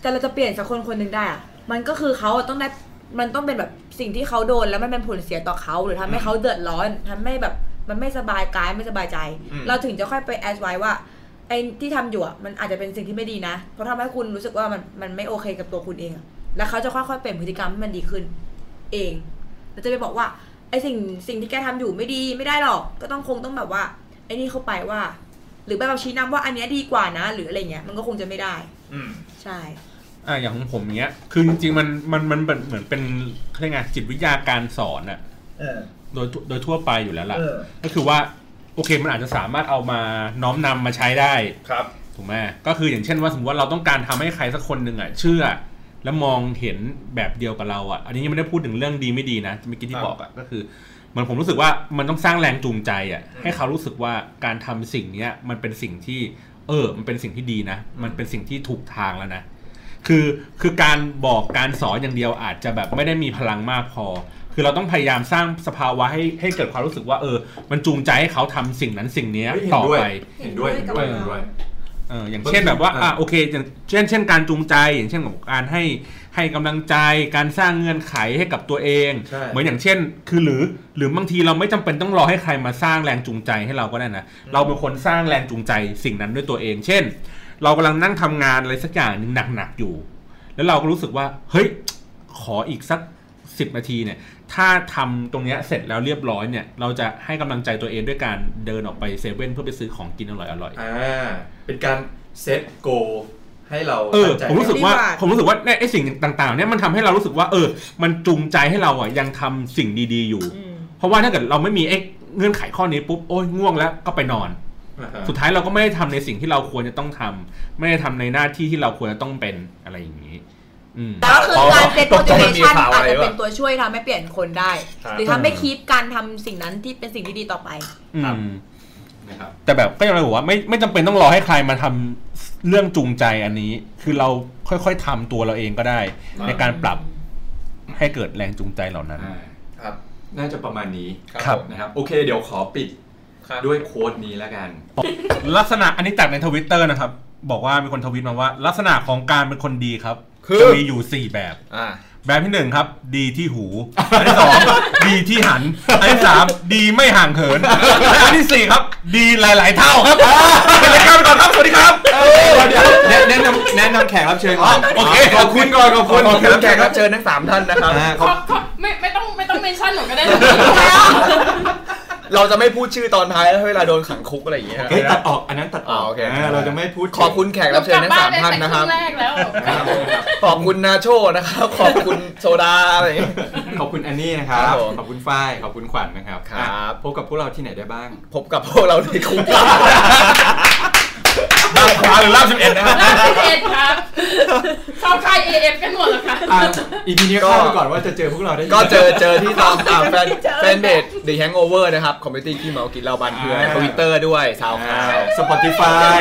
E: แต่เราจะเปลี่ยนสักคนคนหนึ่งได้อะมันก็คือเขาอะต้องได้มันต้องเป็นแบบสิ่งที่เขาโดนแล้วมันเป็นผลเสียต่อเขาหรือทำให้เขาเดือดร้อนทำให้แบบมันไม่สบายกายไม่สบายใจ
C: อืม
E: เราถึงจะค่อยไปแอดไว้ว่าไอ้ที่ทำอยู่อะมันอาจจะเป็นสิ่งที่ไม่ดีนะ เพราะทำให้คุณรู้สึกว่ามันมันไม่โอเคกับตัวคุณเองอะแล้วเขาจะค่อยๆเปลี่ยนพฤติกรรมให้มันดีขึ้น เองเราจะไปบอกว่าไอสิ่งสิ่งที่แกทำอยู่ไม่ดีไม่ได้หรอก ก็ต้องคงต้องแบบว่าไอนี่เข้าไปว่า หรือแบบเราชี้นำว่าอันเนี้ยดีกว่านะ หรืออะไรเงี้ยมันก็คงจะไม่ได้
C: อืม
E: ใช่
F: อ่ะอย่างของผมเนี้ย คือจริงๆ มันมันมันเป็นเหมือนเป็นเขาเรียกไงจิตวิทยาการสอนอะโดยทั่วโดยทั่วไปอยู่แล้วล่ะ
C: เออ
F: ก็คือว่าโอเคมันอาจจะสามารถเอามาน้อมนำมาใช้ได้
C: ครับ
F: ถูกไหมก็คืออย่างเช่นว่าสมมติว่าเราต้องการทำให้ใครสักคนหนึ่งอ่ะเชื่อ แล้วมองเห็นแบบเดียวกับเราอ่ะ อันนี้ยังไม่ได้พูดถึงเรื่องดีไม่ดีนะเมื่อกี้ที่
C: ครับ
F: บอกอ่ะก็คือเหมันผมรู้สึกว่ามันต้องสร้างแรงจูงใจอ่ะให้เขารู้สึกว่าการทำสิ่งเนี้ยมันเป็นสิ่งที่ เออ มันเป็นสิ่งที่ดีนะ มันเป็นสิ่งที่ถูกทางแล้วนะ คือคือการบอกการสอนอย่างเดียวอาจจะแบบไม่ได้มีพลังมากพอ คือเราต้องพยายามสร้างสภาวะให้ให้เกิดความรู้สึกว่าเออ มันจูงใจให้เขาทำสิ่งนั้นสิ่งเนี้ย
A: เฮ้ยเห็
F: ต่
A: น
F: อ
A: ด้วย
F: ไป
A: เห็นด้วยเห็นด้วยเห็นด้วย
F: เอออย่างเช่นแบบว่าอ่ะโอเคอย่างเช่นเช่นการจูงใจ อย่างเช่นของการให้ให้กำลังใจการสร้างเงื่อนไขให้กับตัวเอง
A: ใช่
F: เหมือนอย่างเช่น คือหรือหรือบางทีเราไม่จำเป็นต้องรอให้ใครมาสร้างแรงจูงใจให้เราก็ได้นะเราเป็นคนสร้างแรงจูงใจสิ่งนั้นด้วยตัวเอง เช่น เรากำลังนั่งทำงานอะไรสักอย่างหนึ่งหนักๆอยู่ แล้วเราก็รู้สึกว่าเฮ้ยขออีกสักสิบนาทีเนี่ย ถ้าทำตรงเนี้ยเสร็จแล้วเรียบร้อยเนี่ย เราจะให้กำลังใจตัวเองด้วยการเดินออกไปเซเว่นเพื่อไปซื้อของกินอร่อยๆ
A: อ่าเป็นการเซตโกให้เรา
F: เออ
A: ตั้งใจ
F: ผมรู้สึกว่า
E: ดีกว่า
F: ผมรู้สึกว่าเนี่ยไอ้สิ่งต่างๆเนี่ยมันทำให้เรารู้สึกว่า เออ มันจูงใจให้เราอ่ะยังทำสิ่งดีๆอยู่
E: อืม
F: เพราะว่าถ้าเกิดเราไม่มีไอ้เงื่อนไขข้อนี้ปุ๊บโอ้ยง่วงแล้วก็ไปนอน สุดท้ายเราก็ไม่ได้ทำในสิ่งที่เราควรจะต้องทำไม่ได้ทำในหน้าที่ที่เราควรจะต้องเป็นอะไรอย่างนี้ อืม
E: แต่ก็คือการเซต
C: ตกใจมันมี
E: motivation
C: ข่าว
E: อาจ
C: อะไร
E: จะ
C: วะ
E: เป็นตัวช่วยทำให้เปลี่ยนคนได้
C: ครับ
E: หรือทำให้คีปการทำสิ่งนั้นที่เป็นสิ่งที่ดีต่อไป
F: อื
A: ครับ
F: ม
A: นะครับ
F: แต่แบบก็ยังไงบอกว่าไม่ไม่จำเป็นต้องรอให้ใครมาทำ
C: เรื่องจูงใจอันนี้ คือเราค่อยๆทำตัวเราเองก็ได้
B: อ่า
C: ในการปรับให้เกิดแรงจูงใจเหล่านั้น
A: อ่า
B: ครับ
A: น่าจะประมาณนี้
C: ครับ
B: ผม
A: นะครับ โอเค เดี๋ยวขอปิด
B: ครับ
A: ด้วยโค้ดนี้แล้วกัน
C: ลักษณะอันนี้จากในทวิตเตอร์นะครับ บอกว่ามีคนทวิตมาว่า ลักษณะของการเป็นคนดีครับ
B: คือ
C: จะมีอยู่สี่แบบ
B: อ่า
C: แบบที่หนึ่งครับ ดีที่หู อันที่สองดีที่หัน อันที่สามดีไม่ห่างเหินและอันที่สี่ครับ ดีหลาย ๆ เท่าครับเป็นรายการไปก่อนครับ สวัสดีครับ
A: เดี๋ยวแนะแนะนำแนะนำแขกรับเชิญก่อน
C: โอเค
A: ขอบคุณก่อนขอบ
B: ข
A: คุ
B: อ
A: ณ
B: บคุณแขกรับเชิญทั้งสามท่านนะครับ
A: อ่าข
D: ข
A: อบ
D: อขอไม่ไม่ต้องไม่ต้องเมนชั่นหนูก็ได้
B: เราจะไม่พูดชื่อตอนท้ายแล้วเวลาโดนขังคุกอะไรอย่างเงี้ย
A: เฮ้ยตัดออกอันนั้นตัดออก
B: อ่าโอเค
A: าเราจะไม่พูด
B: ขอบคุณแขกรับเชิญทั้งสามท่านนะครับ
D: แรกแล้ว
B: ขอบคุณนาโชนะครับ ขอบคุณโซดาอะไรอย่างเงี้ย
A: ขอบคุณอันนี่นะครับ
B: ครับผม
A: ขอบคุณฝ้าย ขอบคุณขวัญนะครับ
B: ครับ
A: อ่ะพบกับพวกเราที่ไหนได้บ้าง
B: พบกับพวกเราในคุกครับ
C: ลาบขวาหรือลาบสิบเอ็ดนะครับ
D: ราศีเอ็ดครับชอบใครเอฟกันหมดเหรอคะ
A: อ่ะอีพีนี้ก็ไปก่อนว่าจะเจอพวกเราได้ยังไง
B: ก็เจอเจอที่ตามอ่าแฟนแฟนเพจ The Hangover นะครับ คอมมิตี้ขี้เมากินเหล้าบันเพื่อน
A: อ่า
B: ทวิตเตอร์ด้วยซาวคลาว
A: สปอติฟาย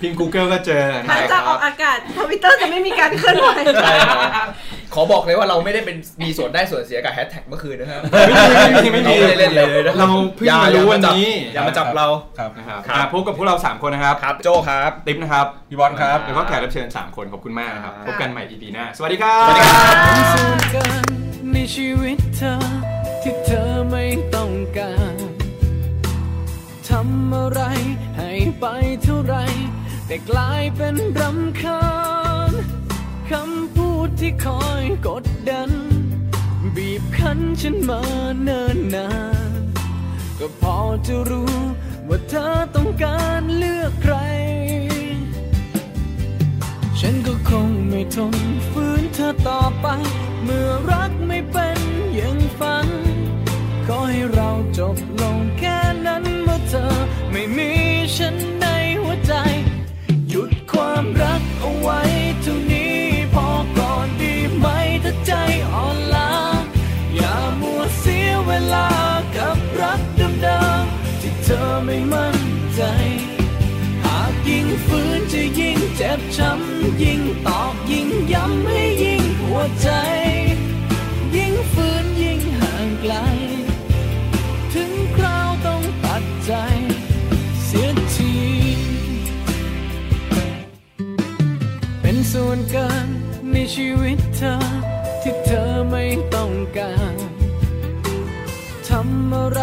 A: พิง Google ก็เจอนะ
J: ห
A: ค
J: ลั
A: รั
J: ง
A: บ
J: จากออกอากาศทวิตเตอร์จะไม่มีการเคลื่อนไหว
B: ใช่ครับขอบอกเลยว่าเราไม่ได้เป็นมีส่วนได้ส่วนเสียกับแฮชแท็กเมื่อคืนนะครับ
A: ไม่มีไม่มี
B: เราด้เล่นเลยนะ
A: เราเพิ่งมารู้วันนี้
B: อย่ามาจับเรา
C: ครับ
A: นะครับ
B: ครับ
A: อ่ะพบกับพวกเรา 3 คนนะครับ
B: ครับโจครับ
A: ติ๊บนะครับ
C: พี่บอลครับ
A: แล้วก็แขกรับเชิญ 3 คนขอบคุณมากนะครับ
B: ครับ
A: พบกันใหม่ EP หน้า สวัสดีครับ
F: มีส่วนเกินในชีวิตเธอ ที่เธอไม่ต้องการทำอะไรให้ไปเท่าไร แต่กลายเป็นรำคาญคำพูดที่คอยกดดัน บีบคั้นฉันมาเนิ่นนานก็พอจะรู้ว่าเธอต้องการเลือกใคร ฉันก็คงไม่ทนฝืนเธอต่อไป เมื่อรักไม่เป็นอย่างฝัน ขอให้เราจบลงแค่นั้นเมื่อเธอไม่มีฉันในหัวใจ หยุดความรักเอาไว้เท่านี้พอก่อนดีไหมถ้าใจอ่อนล้า อย่ามัวเสียเวลากับรักเดิมๆที่เธอไม่มั่นใจ หากยิ่งฝืนจะยิ่งเจ็บช้ำยิ่งตอกยิ่งย้ำให้ยิ่งหัวใจ ยิ่งฝืนยิ่งห่างไกล ถึงคราวต้องตัดใจ เสียที เป็นส่วนเกินในชีวิตเธอ ที่เธอไม่ต้องการ ทำอะไร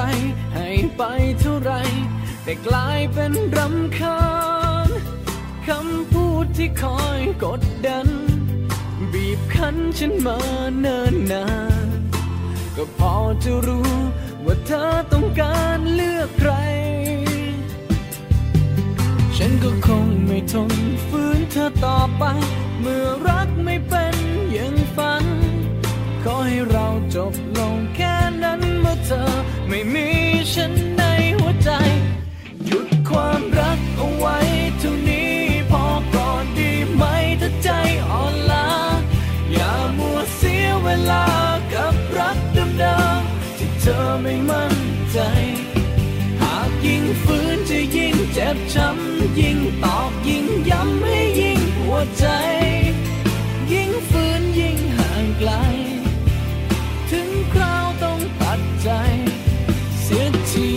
F: ให้ไปเท่าไร แต่กลายเป็นรำคาญคำพูดที่คอยกดดัน บีบคั้นฉันมาเนิ่นนานก็พอจะรู้ว่าเธอต้องการเลือกใคร ฉันก็คงไม่ทนฝืนเธอต่อไป เมื่อรักไม่เป็นอย่างฝัน ขอให้เราจบลงแค่นั้นเมื่อเธอไม่มีฉันในหัวใจ หยุดความรักเอาไว้เท่านี้พอก่อนดีไหมถ้าใจอ่อนล้า อย่ามัวเสียเวลากับรักเดิมๆที่เธอไม่มั่นใจ หากยิ่งฝืนจะยิ่งเจ็บช้ำยิ่งตอกยิ่งย้ำให้ยิ่งหัวใจ ยิ่งฝืนยิ่งห่างไกล ถึงคราวต้องตัดใจ เสียที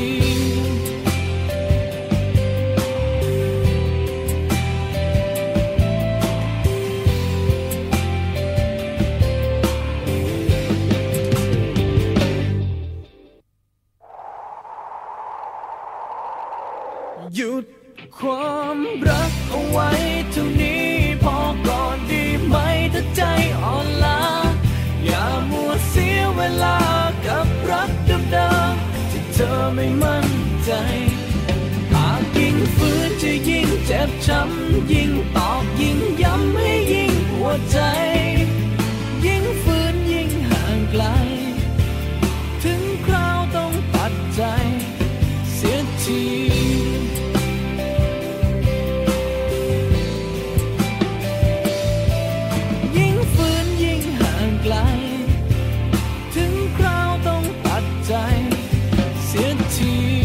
F: หยุดความรักเอาไว้เท่านี้พอก่อนดีไหมถ้าใจอ่อนล้า อย่ามัวเสียเวลากับรักเดิมๆที่เธอไม่มั่นใจ หากยิ่งฝืนจะยิ่งเจ็บช้ำยิ่งตอกยิ่งย้ำให้ยิ่งหัวใจ ยิ่งฝืนยิ่งห่างไกล ถึงคราวต้องตัดใจ เสียที ยิ่งฝืนยิ่งห่างไกล ถึงคราวต้องตัดใจ เสียที